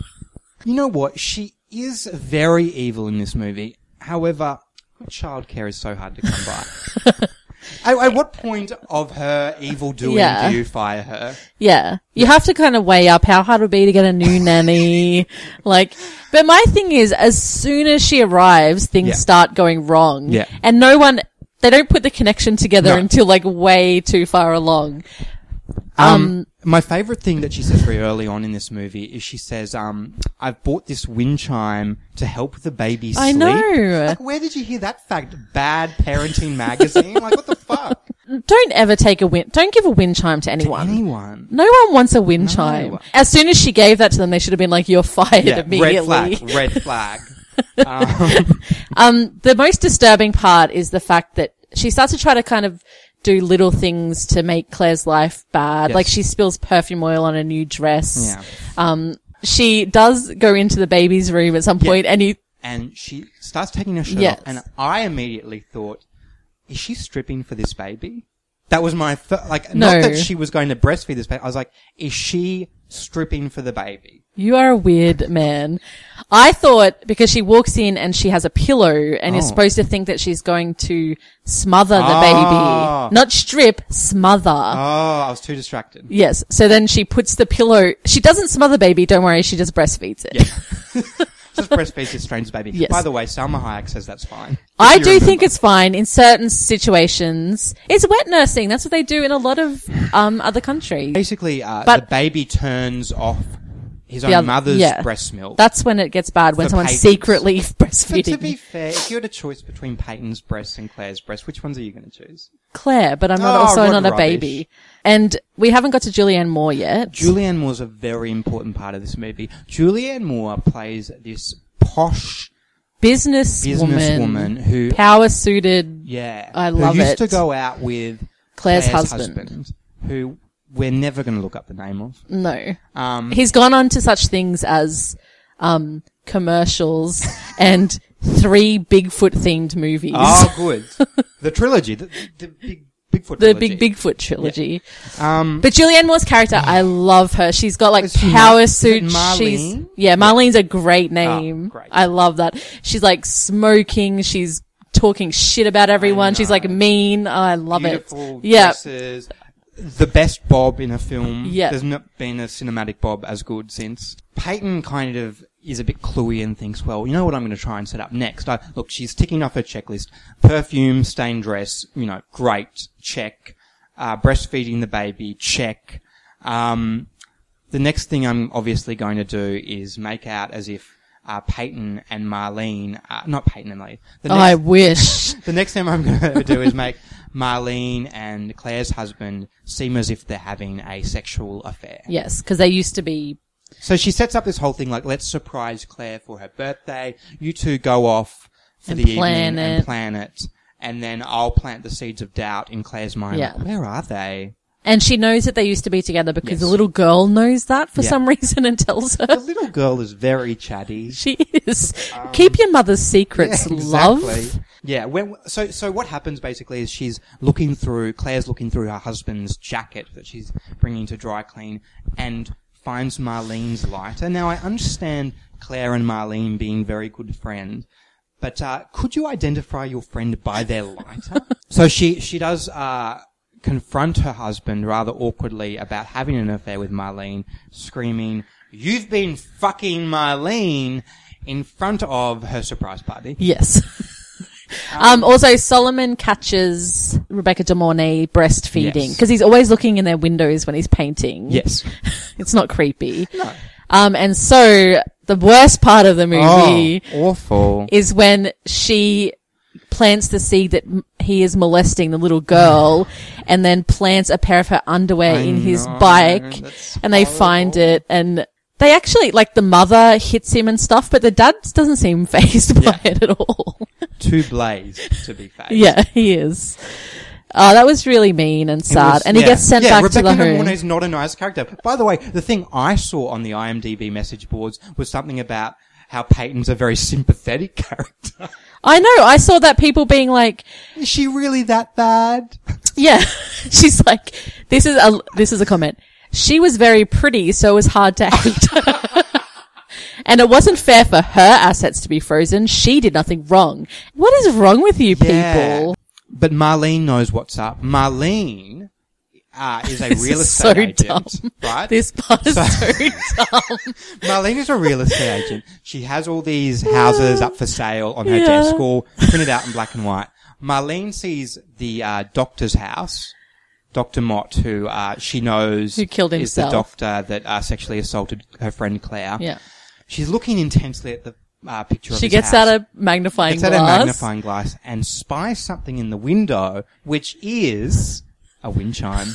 [SPEAKER 2] You know what? She is very evil in this movie. However, childcare is so hard to come by.
[SPEAKER 3] (laughs)
[SPEAKER 2] at, at what point of her evil doing
[SPEAKER 3] Yeah.
[SPEAKER 2] do you fire her?
[SPEAKER 3] yeah. You have to kind of weigh up how hard it would be to get a
[SPEAKER 2] (laughs)
[SPEAKER 3] new nanny. Like, but my thing is, as soon as she arrives, things
[SPEAKER 2] Yeah.
[SPEAKER 3] start going wrong.
[SPEAKER 2] Yeah.
[SPEAKER 3] and no one. They don't put the connection together
[SPEAKER 2] No.
[SPEAKER 3] until like way too far along.
[SPEAKER 2] Um, my favorite thing that she says very early on in this movie is she says, um, I've bought this wind chime to help the baby sleep.
[SPEAKER 3] I know.
[SPEAKER 2] Like, where did you hear that fact? Bad parenting magazine? like, what the fuck?
[SPEAKER 3] Don't ever take a wind. Don't give a wind chime to (laughs) anyone.
[SPEAKER 2] Anyone?
[SPEAKER 3] no one wants a wind chime. As soon as she gave that to them, they should have been like, "You're fired
[SPEAKER 2] Yeah, (laughs)
[SPEAKER 3] immediately." (laughs)
[SPEAKER 2] red flag, red flag.
[SPEAKER 3] Um, the most disturbing part is the fact that she starts to try to kind of do little things to make Claire's life bad.
[SPEAKER 2] Yes.
[SPEAKER 3] Like she spills perfume oil on a new dress.
[SPEAKER 2] Yeah.
[SPEAKER 3] Um, she does go into the baby's room at some point and you,
[SPEAKER 2] and she starts taking her shirt
[SPEAKER 3] Yes.
[SPEAKER 2] off, and I immediately thought, "Is she stripping for this baby?" That was my fir- like,
[SPEAKER 3] No.
[SPEAKER 2] not that she was going to breastfeed this baby. I was like, "Is she stripping for the baby?"
[SPEAKER 3] you are a weird man. I thought because she walks in and she has a pillow and you're
[SPEAKER 2] Oh.
[SPEAKER 3] supposed to think that she's going to smother the
[SPEAKER 2] Ah.
[SPEAKER 3] baby. Not strip, smother.
[SPEAKER 2] Oh, I was too distracted.
[SPEAKER 3] Yes. So then she puts the pillow. She doesn't smother baby. Don't worry. She just breastfeeds it.
[SPEAKER 2] (laughs) Just breastfeeds this strange baby.
[SPEAKER 3] Yes.
[SPEAKER 2] By the way, Salma Hayek says that's fine.
[SPEAKER 3] I
[SPEAKER 2] If you
[SPEAKER 3] do think
[SPEAKER 2] remember.
[SPEAKER 3] it's fine in certain situations. It's wet nursing. That's what they do in a lot of um, other countries.
[SPEAKER 2] basically uh,
[SPEAKER 3] But-
[SPEAKER 2] the baby turns off his own
[SPEAKER 3] The other-
[SPEAKER 2] mother's
[SPEAKER 3] yeah.
[SPEAKER 2] breast milk.
[SPEAKER 3] That's when it gets bad when
[SPEAKER 2] For
[SPEAKER 3] someone's
[SPEAKER 2] patients.
[SPEAKER 3] secretly (laughs)
[SPEAKER 2] but to be
[SPEAKER 3] breastfeeding
[SPEAKER 2] fair, if you had a choice between Peyton's breasts and Claire's breasts, which ones are you going to choose?
[SPEAKER 3] Claire, but I'm not,
[SPEAKER 2] Oh,
[SPEAKER 3] also
[SPEAKER 2] what
[SPEAKER 3] not a
[SPEAKER 2] rubbish.
[SPEAKER 3] baby. And we haven't got to Julianne Moore yet.
[SPEAKER 2] Julianne Moore's a very important part of this movie. Julianne Moore plays this posh
[SPEAKER 3] businesswoman,
[SPEAKER 2] businesswoman who,
[SPEAKER 3] power suited.
[SPEAKER 2] yeah,
[SPEAKER 3] I
[SPEAKER 2] who
[SPEAKER 3] love
[SPEAKER 2] used
[SPEAKER 3] it.
[SPEAKER 2] to go out with
[SPEAKER 3] Claire's husband. Mm.
[SPEAKER 2] husband. who we're never going to look up the name of.
[SPEAKER 3] No,
[SPEAKER 2] Um,
[SPEAKER 3] he's gone on to such things as um,
[SPEAKER 2] (laughs)
[SPEAKER 3] commercials and three Bigfoot themed movies. (laughs)
[SPEAKER 2] oh, good. the trilogy, the, the big Bigfoot.
[SPEAKER 3] the
[SPEAKER 2] trilogy.
[SPEAKER 3] Big Bigfoot trilogy.
[SPEAKER 2] Um,
[SPEAKER 3] But Julianne Moore's character, I love her. She's got like
[SPEAKER 2] Is she
[SPEAKER 3] power
[SPEAKER 2] Mar- is
[SPEAKER 3] suit.
[SPEAKER 2] it Marlene? Oh,
[SPEAKER 3] She's yeah, Marlene's a great name.
[SPEAKER 2] great.
[SPEAKER 3] I love that. She's like smoking. She's talking shit about everyone. She's like mean. Oh, I love
[SPEAKER 2] beautiful
[SPEAKER 3] it. Yeah.
[SPEAKER 2] dresses. The best Bob in a film.
[SPEAKER 3] Yeah.
[SPEAKER 2] There's not been a cinematic Bob as good since. Peyton kind of is a bit cluey and thinks, well, you know what I'm going to try and set up next? I, look, she's ticking off her checklist. Perfume, stained dress, you know, great, check. Uh, breastfeeding the baby, check. Um, the next thing I'm obviously going to do is make out as if uh, Peyton and Marlene, uh, not Peyton and Marlene. The
[SPEAKER 3] Oh,
[SPEAKER 2] next-
[SPEAKER 3] I wish. (laughs)
[SPEAKER 2] the next thing I'm going to (laughs) do is make Marlene and Claire's husband seem as if they're having a sexual affair.
[SPEAKER 3] yes, because they used to be.
[SPEAKER 2] So she sets up this whole thing like, let's surprise Claire for her birthday. You two go off for
[SPEAKER 3] And
[SPEAKER 2] the
[SPEAKER 3] plan
[SPEAKER 2] evening
[SPEAKER 3] it.
[SPEAKER 2] and plan it. And then I'll plant the seeds of doubt in Claire's mind.
[SPEAKER 3] Yeah.
[SPEAKER 2] Like, Where are they?
[SPEAKER 3] And she knows that they used to be together because
[SPEAKER 2] Yes.
[SPEAKER 3] the little girl knows that for
[SPEAKER 2] Yeah.
[SPEAKER 3] some (laughs) reason and tells
[SPEAKER 2] The
[SPEAKER 3] her
[SPEAKER 2] little girl is very chatty.
[SPEAKER 3] she is.
[SPEAKER 2] Um,
[SPEAKER 3] Keep your mother's
[SPEAKER 2] (laughs)
[SPEAKER 3] secrets, love.
[SPEAKER 2] Yeah. When, so, so what happens basically is she's looking through, Claire's looking through her husband's jacket that she's bringing to dry clean and finds Marlene's lighter. Now, I understand Claire and Marlene being very good friends. But uh, could you identify your friend by their
[SPEAKER 3] (laughs)
[SPEAKER 2] lighter? so she she does uh, confront her husband rather awkwardly about having an affair with Marlene, screaming, "You've been fucking Marlene!" in front of her surprise party. (laughs)
[SPEAKER 3] Yes. Um, also, Solomon catches Rebecca De Mornay breastfeeding
[SPEAKER 2] Yes.
[SPEAKER 3] because he's always looking in their windows when he's painting.
[SPEAKER 2] Yes.
[SPEAKER 3] (laughs) It's not creepy. Um, and so the worst part of the
[SPEAKER 2] Oh.
[SPEAKER 3] movie
[SPEAKER 2] awful.
[SPEAKER 3] is when she plants the seed that m- he is molesting the
[SPEAKER 2] (sighs)
[SPEAKER 3] little girl and then plants a pair of her underwear
[SPEAKER 2] I
[SPEAKER 3] in his
[SPEAKER 2] know,
[SPEAKER 3] bike
[SPEAKER 2] that's
[SPEAKER 3] and they find
[SPEAKER 2] horrible.
[SPEAKER 3] it and they actually, like the mother hits him and stuff, but the dad doesn't seem (laughs) phased by it at all. (laughs)
[SPEAKER 2] Too blazed, to be fair.
[SPEAKER 3] Yeah, he is. Oh, that was really mean and
[SPEAKER 2] It
[SPEAKER 3] sad.
[SPEAKER 2] was-
[SPEAKER 3] and he
[SPEAKER 2] yeah.
[SPEAKER 3] gets sent
[SPEAKER 2] Yeah,
[SPEAKER 3] back
[SPEAKER 2] Rebecca
[SPEAKER 3] to the home.
[SPEAKER 2] Namorne is not a nice character. By the way, the thing I saw on the IMDb message boards was something about how Peyton's a very sympathetic (laughs) character.
[SPEAKER 3] I know. I saw that people being like,
[SPEAKER 2] Is she really that bad?
[SPEAKER 3] yeah, (laughs) she's like, this is a, this is a comment. She was very pretty, so it was hard to hate. (laughs) and it wasn't fair for her assets to be frozen. She did nothing wrong. What is wrong with you people?
[SPEAKER 2] But Marlene knows what's up. Marlene uh, is a
[SPEAKER 3] (laughs) This
[SPEAKER 2] real
[SPEAKER 3] is
[SPEAKER 2] estate
[SPEAKER 3] so
[SPEAKER 2] agent,
[SPEAKER 3] dumb.
[SPEAKER 2] right?
[SPEAKER 3] This part is so (laughs) dumb.
[SPEAKER 2] (laughs) Marlene is a real estate agent. She has all these houses up for sale on her
[SPEAKER 3] Yeah.
[SPEAKER 2] desk, all printed out in black and white. Marlene sees the uh, doctor's house, Doctor Mott, who uh, she knows
[SPEAKER 3] Who killed
[SPEAKER 2] is the
[SPEAKER 3] himself.
[SPEAKER 2] doctor that uh, sexually assaulted her friend Claire.
[SPEAKER 3] Yeah.
[SPEAKER 2] she's looking intensely at the uh, picture. of
[SPEAKER 3] She
[SPEAKER 2] his
[SPEAKER 3] gets
[SPEAKER 2] house.
[SPEAKER 3] out a magnifying
[SPEAKER 2] Gets
[SPEAKER 3] glass.
[SPEAKER 2] out a magnifying glass and spies something in the window, which is a wind
[SPEAKER 3] (laughs)
[SPEAKER 2] chime.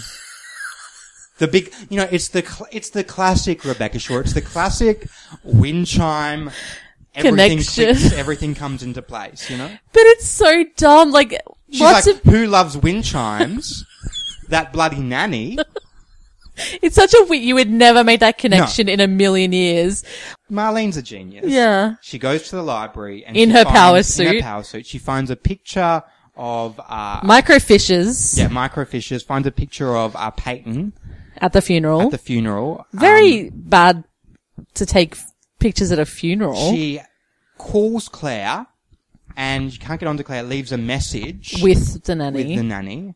[SPEAKER 2] The big, you know, it's the cl- it's the classic Rebecca Shore. It's the classic wind chime everything
[SPEAKER 3] Connection.
[SPEAKER 2] clicks, everything comes into place, you know?
[SPEAKER 3] But it's so dumb. Like,
[SPEAKER 2] She's
[SPEAKER 3] lots
[SPEAKER 2] like,
[SPEAKER 3] of,
[SPEAKER 2] who loves wind chimes? that bloody nanny.
[SPEAKER 3] it's such a, we- you would never make that connection in a million years.
[SPEAKER 2] Marlene's a genius.
[SPEAKER 3] Yeah.
[SPEAKER 2] She goes to the library and
[SPEAKER 3] In
[SPEAKER 2] she
[SPEAKER 3] her
[SPEAKER 2] finds-
[SPEAKER 3] power
[SPEAKER 2] In her
[SPEAKER 3] suit.
[SPEAKER 2] power suit, she finds a picture of uh,
[SPEAKER 3] Microfishes
[SPEAKER 2] yeah, microfishers. Finds a picture of uh, Peyton
[SPEAKER 3] at the funeral.
[SPEAKER 2] at the funeral. Um,
[SPEAKER 3] Very bad to take f- pictures at a funeral
[SPEAKER 2] she calls Claire, and she can't get on to Claire. Leaves a message
[SPEAKER 3] with the nanny.
[SPEAKER 2] with the nanny,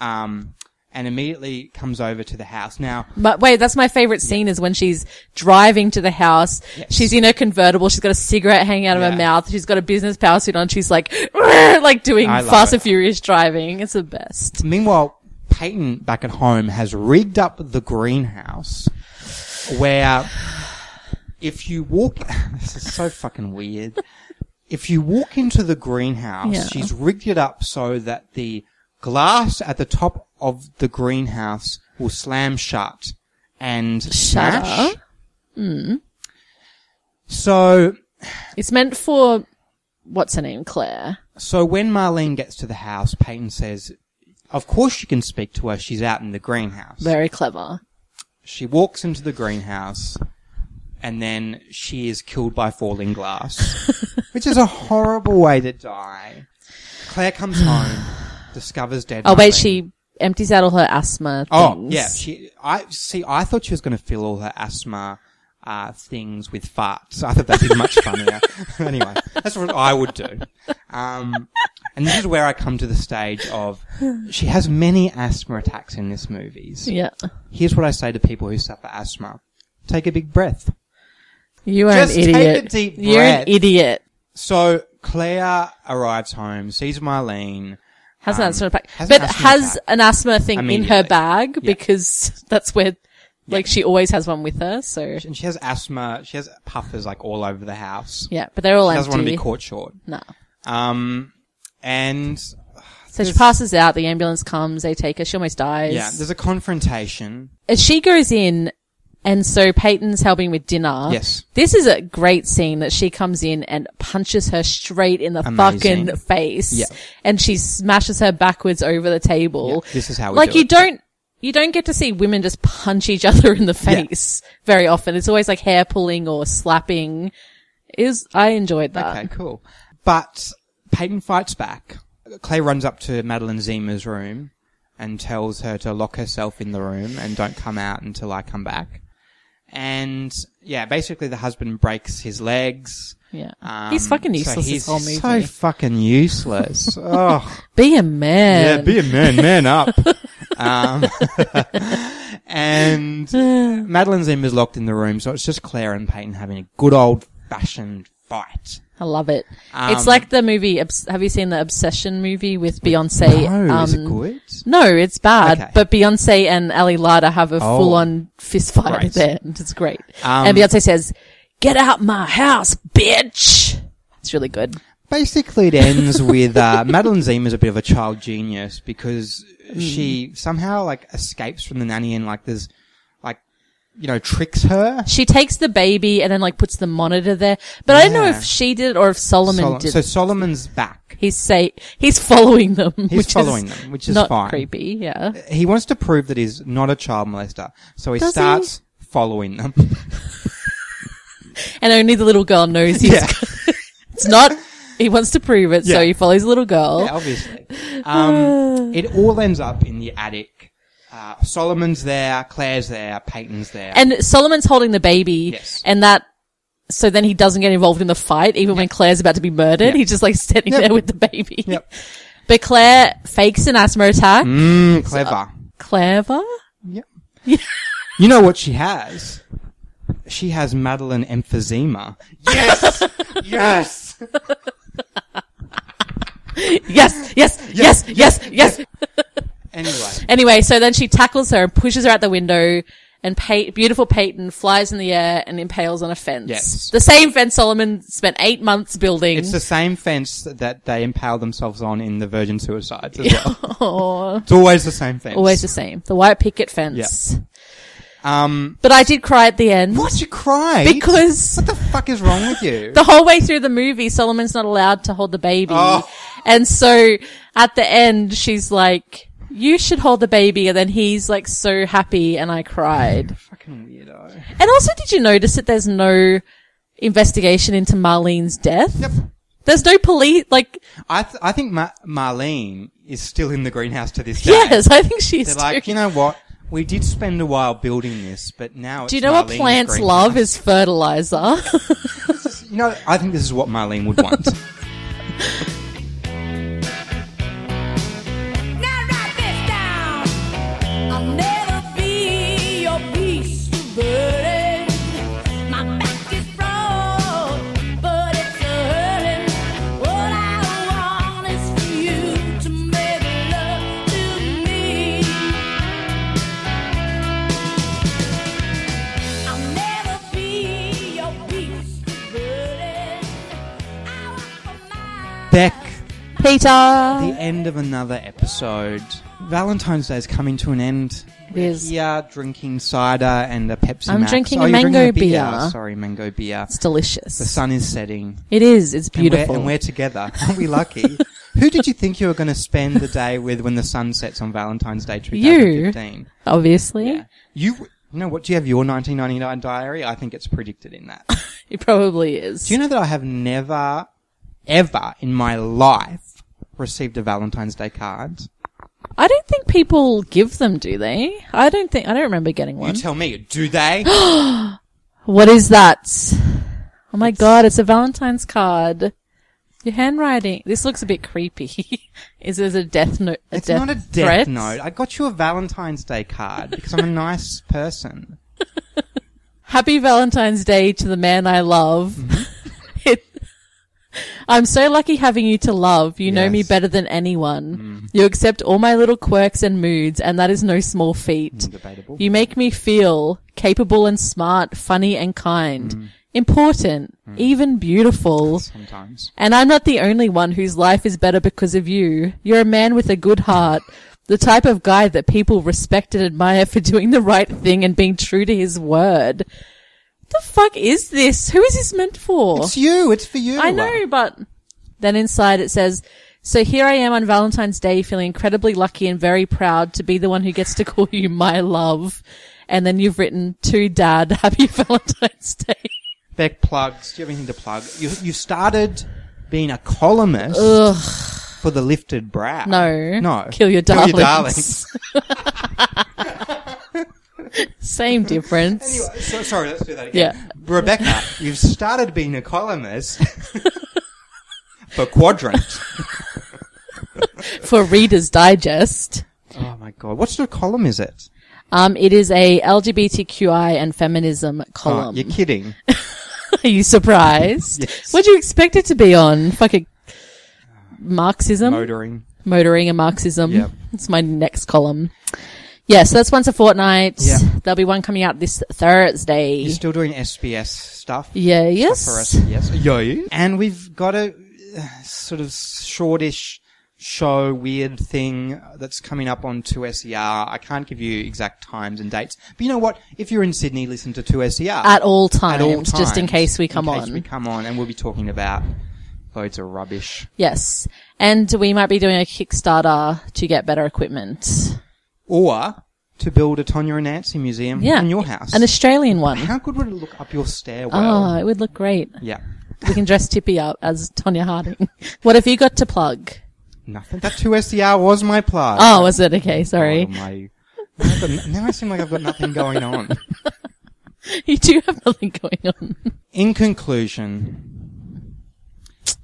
[SPEAKER 2] um, and immediately comes over to the house. Now,
[SPEAKER 3] But wait, that's my favorite scene is when she's driving to the house. She's in her convertible. She's got a cigarette hanging out of
[SPEAKER 2] Yeah.
[SPEAKER 3] her mouth. She's got a business power suit on. She's like, (laughs) like doing
[SPEAKER 2] I love
[SPEAKER 3] fast
[SPEAKER 2] it.
[SPEAKER 3] and furious driving. It's the best.
[SPEAKER 2] meanwhile, Peyton back at home has rigged up the greenhouse where if you walk, (laughs) this is so fucking weird. If you walk into the greenhouse,
[SPEAKER 3] Yeah.
[SPEAKER 2] she's rigged it up so that the glass at the top of the greenhouse will slam shut and
[SPEAKER 3] Shutter?
[SPEAKER 2] smash. So
[SPEAKER 3] It's meant for, what's her name? Claire.
[SPEAKER 2] So when Marlene gets to the house, Peyton says, of course you can speak to her. She's out in the greenhouse.
[SPEAKER 3] Very clever.
[SPEAKER 2] She walks into the greenhouse and then she is killed by falling
[SPEAKER 3] (laughs)
[SPEAKER 2] glass, which is a horrible way to die. Claire comes
[SPEAKER 3] (sighs)
[SPEAKER 2] home, discovers dead.
[SPEAKER 3] Oh wait,
[SPEAKER 2] Marlene.
[SPEAKER 3] she empties out all her asthma things.
[SPEAKER 2] Oh, yeah. She, I, see, I thought she was going to fill all her asthma, uh, things with farts. I thought that'd be much funnier. (laughs) anyway, that's what I would do. Um, and this is where I come to the stage of she has many asthma attacks in this movies.
[SPEAKER 3] Yeah.
[SPEAKER 2] Here's what I say to people who suffer asthma. Take a big breath.
[SPEAKER 3] You are
[SPEAKER 2] Just
[SPEAKER 3] an
[SPEAKER 2] take a
[SPEAKER 3] idiot.
[SPEAKER 2] deep
[SPEAKER 3] You're an
[SPEAKER 2] breath.
[SPEAKER 3] idiot.
[SPEAKER 2] So Claire arrives home, sees Marlene.
[SPEAKER 3] Has an
[SPEAKER 2] Um,
[SPEAKER 3] asthma pack,
[SPEAKER 2] has an
[SPEAKER 3] but
[SPEAKER 2] asthma
[SPEAKER 3] has
[SPEAKER 2] pack.
[SPEAKER 3] an asthma thing in her
[SPEAKER 2] Immediately.
[SPEAKER 3] bag
[SPEAKER 2] Yeah.
[SPEAKER 3] because (laughs) that's where, like, she always has one with her. So
[SPEAKER 2] And she has asthma. She has puffers like all over the house.
[SPEAKER 3] yeah, but they're all
[SPEAKER 2] She
[SPEAKER 3] empty.
[SPEAKER 2] doesn't want to be caught short.
[SPEAKER 3] No.
[SPEAKER 2] Um, and
[SPEAKER 3] So she passes out. The ambulance comes. They take her. She almost dies.
[SPEAKER 2] yeah, there's a confrontation.
[SPEAKER 3] As she goes in, and so Peyton's helping with dinner.
[SPEAKER 2] Yes.
[SPEAKER 3] This is a great scene that she comes in and punches her straight in the
[SPEAKER 2] Amazing.
[SPEAKER 3] fucking face.
[SPEAKER 2] Yeah.
[SPEAKER 3] And she smashes her backwards over the table.
[SPEAKER 2] Yeah, this is how we
[SPEAKER 3] like
[SPEAKER 2] do
[SPEAKER 3] you
[SPEAKER 2] it.
[SPEAKER 3] don't, you don't get to see women just punch each (laughs) other in the
[SPEAKER 2] Yeah.
[SPEAKER 3] face very often. It's always like hair pulling or slapping. Is I enjoyed that.
[SPEAKER 2] Okay, cool. But Peyton fights back. Clay runs up to Madeline Zima's room and tells her to lock herself in the room and don't come out until I come back. And yeah, basically the husband breaks his legs.
[SPEAKER 3] Yeah.
[SPEAKER 2] Um,
[SPEAKER 3] he's fucking
[SPEAKER 2] so
[SPEAKER 3] useless
[SPEAKER 2] he's
[SPEAKER 3] this whole
[SPEAKER 2] So
[SPEAKER 3] movie.
[SPEAKER 2] fucking
[SPEAKER 3] (laughs)
[SPEAKER 2] useless. oh,
[SPEAKER 3] be a man.
[SPEAKER 2] yeah, be a man, man up. um, (laughs) and Madeline Zima's locked in the room, so it's just Claire and Peyton having a good old fashioned fight.
[SPEAKER 3] I love it.
[SPEAKER 2] Um,
[SPEAKER 3] it's like the movie. Obs- Have you seen the Obsession movie with Beyonce?
[SPEAKER 2] No, is it
[SPEAKER 3] Um,
[SPEAKER 2] good?
[SPEAKER 3] No, it's bad.
[SPEAKER 2] Okay. Oh.
[SPEAKER 3] But Beyonce and Ali Lada have a full-on fist fight
[SPEAKER 2] Right.
[SPEAKER 3] at the end. It's great.
[SPEAKER 2] Um,
[SPEAKER 3] and Beyonce says, "Get out my house, bitch." It's really good.
[SPEAKER 2] Basically, it ends with uh, (laughs) Madeline Zima's a bit of a child genius because
[SPEAKER 3] Hmm.
[SPEAKER 2] she somehow like escapes from the nanny and like there's like you know tricks her.
[SPEAKER 3] She takes the baby and then like puts the monitor there. But I don't know
[SPEAKER 2] Yeah.
[SPEAKER 3] if she did it or if Solomon
[SPEAKER 2] Sol-
[SPEAKER 3] did.
[SPEAKER 2] so Solomon's back.
[SPEAKER 3] he's say he's following them.
[SPEAKER 2] He's
[SPEAKER 3] which is
[SPEAKER 2] following them, which is
[SPEAKER 3] not
[SPEAKER 2] fine.
[SPEAKER 3] creepy. Yeah.
[SPEAKER 2] He wants to prove that he's not a child molester, so he
[SPEAKER 3] Does he?
[SPEAKER 2] starts following
[SPEAKER 3] (laughs)
[SPEAKER 2] them. (laughs)
[SPEAKER 3] And only the little girl knows he's. (laughs) it's not. He wants to prove it, so
[SPEAKER 2] Yeah.
[SPEAKER 3] he follows the little girl.
[SPEAKER 2] Yeah, obviously.
[SPEAKER 3] (sighs)
[SPEAKER 2] Um, it all ends up in the attic. Uh, Solomon's there, Claire's there, Peyton's there.
[SPEAKER 3] And Solomon's holding the baby,
[SPEAKER 2] Yes.
[SPEAKER 3] and that. So then he doesn't get involved in the fight, even when Claire's about to be murdered.
[SPEAKER 2] Yeah.
[SPEAKER 3] He's just like standing
[SPEAKER 2] Yep.
[SPEAKER 3] there with the baby.
[SPEAKER 2] Yep.
[SPEAKER 3] (laughs) But Claire fakes an asthma attack.
[SPEAKER 2] Mm, clever.
[SPEAKER 3] Clever.
[SPEAKER 2] Yep.
[SPEAKER 3] (laughs)
[SPEAKER 2] you know what she has? She has Madeline emphysema. (laughs) Yes! yes!
[SPEAKER 3] Yes, yes, yes, yes, yes.
[SPEAKER 2] Anyway.
[SPEAKER 3] Anyway, so then she tackles her and pushes her out the window, and Pey- beautiful Peyton flies in the air and impales on a fence.
[SPEAKER 2] Yes.
[SPEAKER 3] The same fence Solomon spent eight months building.
[SPEAKER 2] It's
[SPEAKER 3] (laughs)
[SPEAKER 2] the same fence that they impale themselves on in the Virgin Suicides as well.
[SPEAKER 3] Aw.
[SPEAKER 2] It's always the same fence.
[SPEAKER 3] Always the same. The white picket fence.
[SPEAKER 2] Um,
[SPEAKER 3] But I did cry at the end.
[SPEAKER 2] what you cry?
[SPEAKER 3] Because
[SPEAKER 2] what the fuck is wrong with you?
[SPEAKER 3] the whole way through the movie, Solomon's not allowed to hold the baby.
[SPEAKER 2] Oh.
[SPEAKER 3] And so at the end, she's like, you should hold the baby. And then he's like so happy and I cried.
[SPEAKER 2] fucking weirdo.
[SPEAKER 3] And also, did you notice that there's no investigation into Marlene's death?
[SPEAKER 2] Yep.
[SPEAKER 3] There's no police, like,
[SPEAKER 2] I th- I think Ma- Marlene is still in the greenhouse to this day.
[SPEAKER 3] yes, I think she's
[SPEAKER 2] They're
[SPEAKER 3] too.
[SPEAKER 2] like, you know what? We did spend a while building this, but now it's
[SPEAKER 3] Do you know what
[SPEAKER 2] Marlene's
[SPEAKER 3] plants
[SPEAKER 2] greenhouse.
[SPEAKER 3] love is
[SPEAKER 2] (laughs)
[SPEAKER 3] fertilizer?
[SPEAKER 2] You know, I think this is what Marlene would want.
[SPEAKER 3] (laughs)
[SPEAKER 5] Now write this down. I'll never be your beast burden. My back is broad, but it's hurting. What I want is for you to make love to me. I'll never be your beast burden. I want for mine.
[SPEAKER 2] Beck,
[SPEAKER 3] Peter.
[SPEAKER 2] the end of another episode. Valentine's Day is coming to an end.
[SPEAKER 3] It is.
[SPEAKER 2] Yeah, drinking cider and a Pepsi.
[SPEAKER 3] I'm
[SPEAKER 2] Max.
[SPEAKER 3] drinking
[SPEAKER 2] Oh,
[SPEAKER 3] a
[SPEAKER 2] you're
[SPEAKER 3] mango
[SPEAKER 2] drinking a beer.
[SPEAKER 3] beer.
[SPEAKER 2] Sorry, mango beer.
[SPEAKER 3] It's
[SPEAKER 2] The
[SPEAKER 3] delicious.
[SPEAKER 2] sun is setting.
[SPEAKER 3] It is. It's
[SPEAKER 2] And we're-
[SPEAKER 3] beautiful.
[SPEAKER 2] And we're, together. Aren't we lucky?
[SPEAKER 3] (laughs)
[SPEAKER 2] Who did you think you were going to spend the day with when the sun sets on Valentine's Day
[SPEAKER 3] You.
[SPEAKER 2] 2015?
[SPEAKER 3] Obviously.
[SPEAKER 2] Yeah. You, you know what? Do you have your 1999 diary? I think it's predicted in that.
[SPEAKER 3] It probably is.
[SPEAKER 2] Do you know that I have never, ever in my life received a Valentine's Day card?
[SPEAKER 3] I don't think people give them, do they? I don't think, I don't remember getting
[SPEAKER 2] You
[SPEAKER 3] one.
[SPEAKER 2] tell me, do
[SPEAKER 3] (gasps)
[SPEAKER 2] they?
[SPEAKER 3] what is that? Oh my god, it's a Valentine's card. Your handwriting. This looks a bit creepy. (laughs) is this a death note? A
[SPEAKER 2] it's
[SPEAKER 3] death
[SPEAKER 2] not a death
[SPEAKER 3] threat?
[SPEAKER 2] note. I got you a Valentine's Day card because I'm a nice person.
[SPEAKER 3] Happy Valentine's Day to the man I love.
[SPEAKER 2] Mm-hmm.
[SPEAKER 3] (laughs) It- I'm so lucky having you to love. You know me
[SPEAKER 2] Yes. Mm.
[SPEAKER 3] better than anyone. You accept all my little quirks and moods, and that is no small feat.
[SPEAKER 2] debatable.
[SPEAKER 3] You make me feel capable and smart, funny and kind, important, even beautiful.
[SPEAKER 2] Sometimes.
[SPEAKER 3] And I'm not the only one whose life is better because of you. You're a man with a good heart, the type of guy that people respect and admire for doing the right thing and being true to his word. What the fuck is this? Who is this meant for?
[SPEAKER 2] It's you. It's for you.
[SPEAKER 3] I know, but then inside it says, so here I am on Valentine's Day feeling incredibly lucky and very proud to be the one who gets to call you my love. And then you've written to dad, (laughs) happy Valentine's Day.
[SPEAKER 2] Beck plugs. Do you have anything to plug? You, you started being a columnist for the Lifted Brow.
[SPEAKER 3] No.
[SPEAKER 2] No.
[SPEAKER 3] Kill your
[SPEAKER 2] Kill
[SPEAKER 3] darlings.
[SPEAKER 2] your darlings.
[SPEAKER 3] (laughs) Same difference.
[SPEAKER 2] Anyway, so, sorry, let's do that again.
[SPEAKER 3] Yeah.
[SPEAKER 2] Rebecca, you've started being a
[SPEAKER 3] (laughs)
[SPEAKER 2] columnist for Quadrant.
[SPEAKER 3] For Reader's Digest.
[SPEAKER 2] Oh my god, what sort of column is it?
[SPEAKER 3] Um, it is a LGBTQI and feminism
[SPEAKER 2] Oh,
[SPEAKER 3] column.
[SPEAKER 2] you're kidding.
[SPEAKER 3] um, Are you surprised?
[SPEAKER 2] (laughs) Yes.
[SPEAKER 3] What do you expect it to be on? Fucking Marxism?
[SPEAKER 2] Motoring.
[SPEAKER 3] Motoring and Marxism.
[SPEAKER 2] Yep.
[SPEAKER 3] It's my next column. Yeah, so that's once a fortnight.
[SPEAKER 2] Yeah.
[SPEAKER 3] There'll be one coming out this Thursday.
[SPEAKER 2] You're still doing SBS stuff.
[SPEAKER 3] yeah,
[SPEAKER 2] For us,
[SPEAKER 3] yes.
[SPEAKER 2] yes. Yo. And we've got a uh, sort of shortish show weird thing that's coming up on 2SER. I can't give you exact times and dates. But you know what? If you're in Sydney, listen to 2SER.
[SPEAKER 3] At all
[SPEAKER 2] At
[SPEAKER 3] times,
[SPEAKER 2] all
[SPEAKER 3] just in
[SPEAKER 2] times.
[SPEAKER 3] case we come
[SPEAKER 2] in case
[SPEAKER 3] on.
[SPEAKER 2] we come on, and we'll be talking about loads of rubbish.
[SPEAKER 3] yes. And we might be doing a Kickstarter to get better equipment.
[SPEAKER 2] Or to build a Tonya and Nancy museum
[SPEAKER 3] Yeah.
[SPEAKER 2] in your house.
[SPEAKER 3] An Australian one.
[SPEAKER 2] How good would it look up your stairwell?
[SPEAKER 3] Oh, it would look great.
[SPEAKER 2] Yeah.
[SPEAKER 3] We can dress Tippy up as Tonya Harding. (laughs) what have you got to plug?
[SPEAKER 2] Nothing. That 2SDR was my plug.
[SPEAKER 3] Oh, was it? Okay, sorry.
[SPEAKER 2] Oh, my. I've got- Now I seem like I've got nothing going on.
[SPEAKER 3] (laughs) You do have nothing going on.
[SPEAKER 2] In conclusion,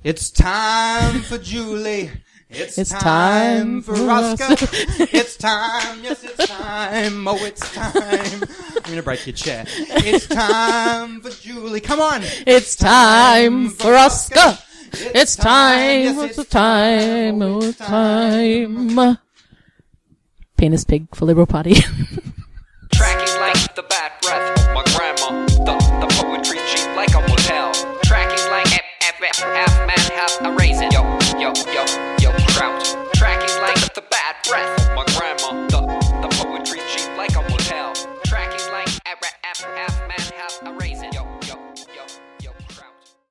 [SPEAKER 2] it's time for Julie. It's,
[SPEAKER 3] It's time
[SPEAKER 2] time, for
[SPEAKER 3] for
[SPEAKER 2] Oscar.
[SPEAKER 3] Oscar.
[SPEAKER 2] (laughs) it's time. Yes, it's time. Oh, it's time. I'm going to break your chair. It's time for Julie. Come on.
[SPEAKER 3] It's time for Oscar. It's time.
[SPEAKER 2] yes,
[SPEAKER 3] It's time.
[SPEAKER 2] Oh,
[SPEAKER 3] It's time. Penis pig for Liberal Party. (laughs)
[SPEAKER 6] Tracking like the bat breath. My grime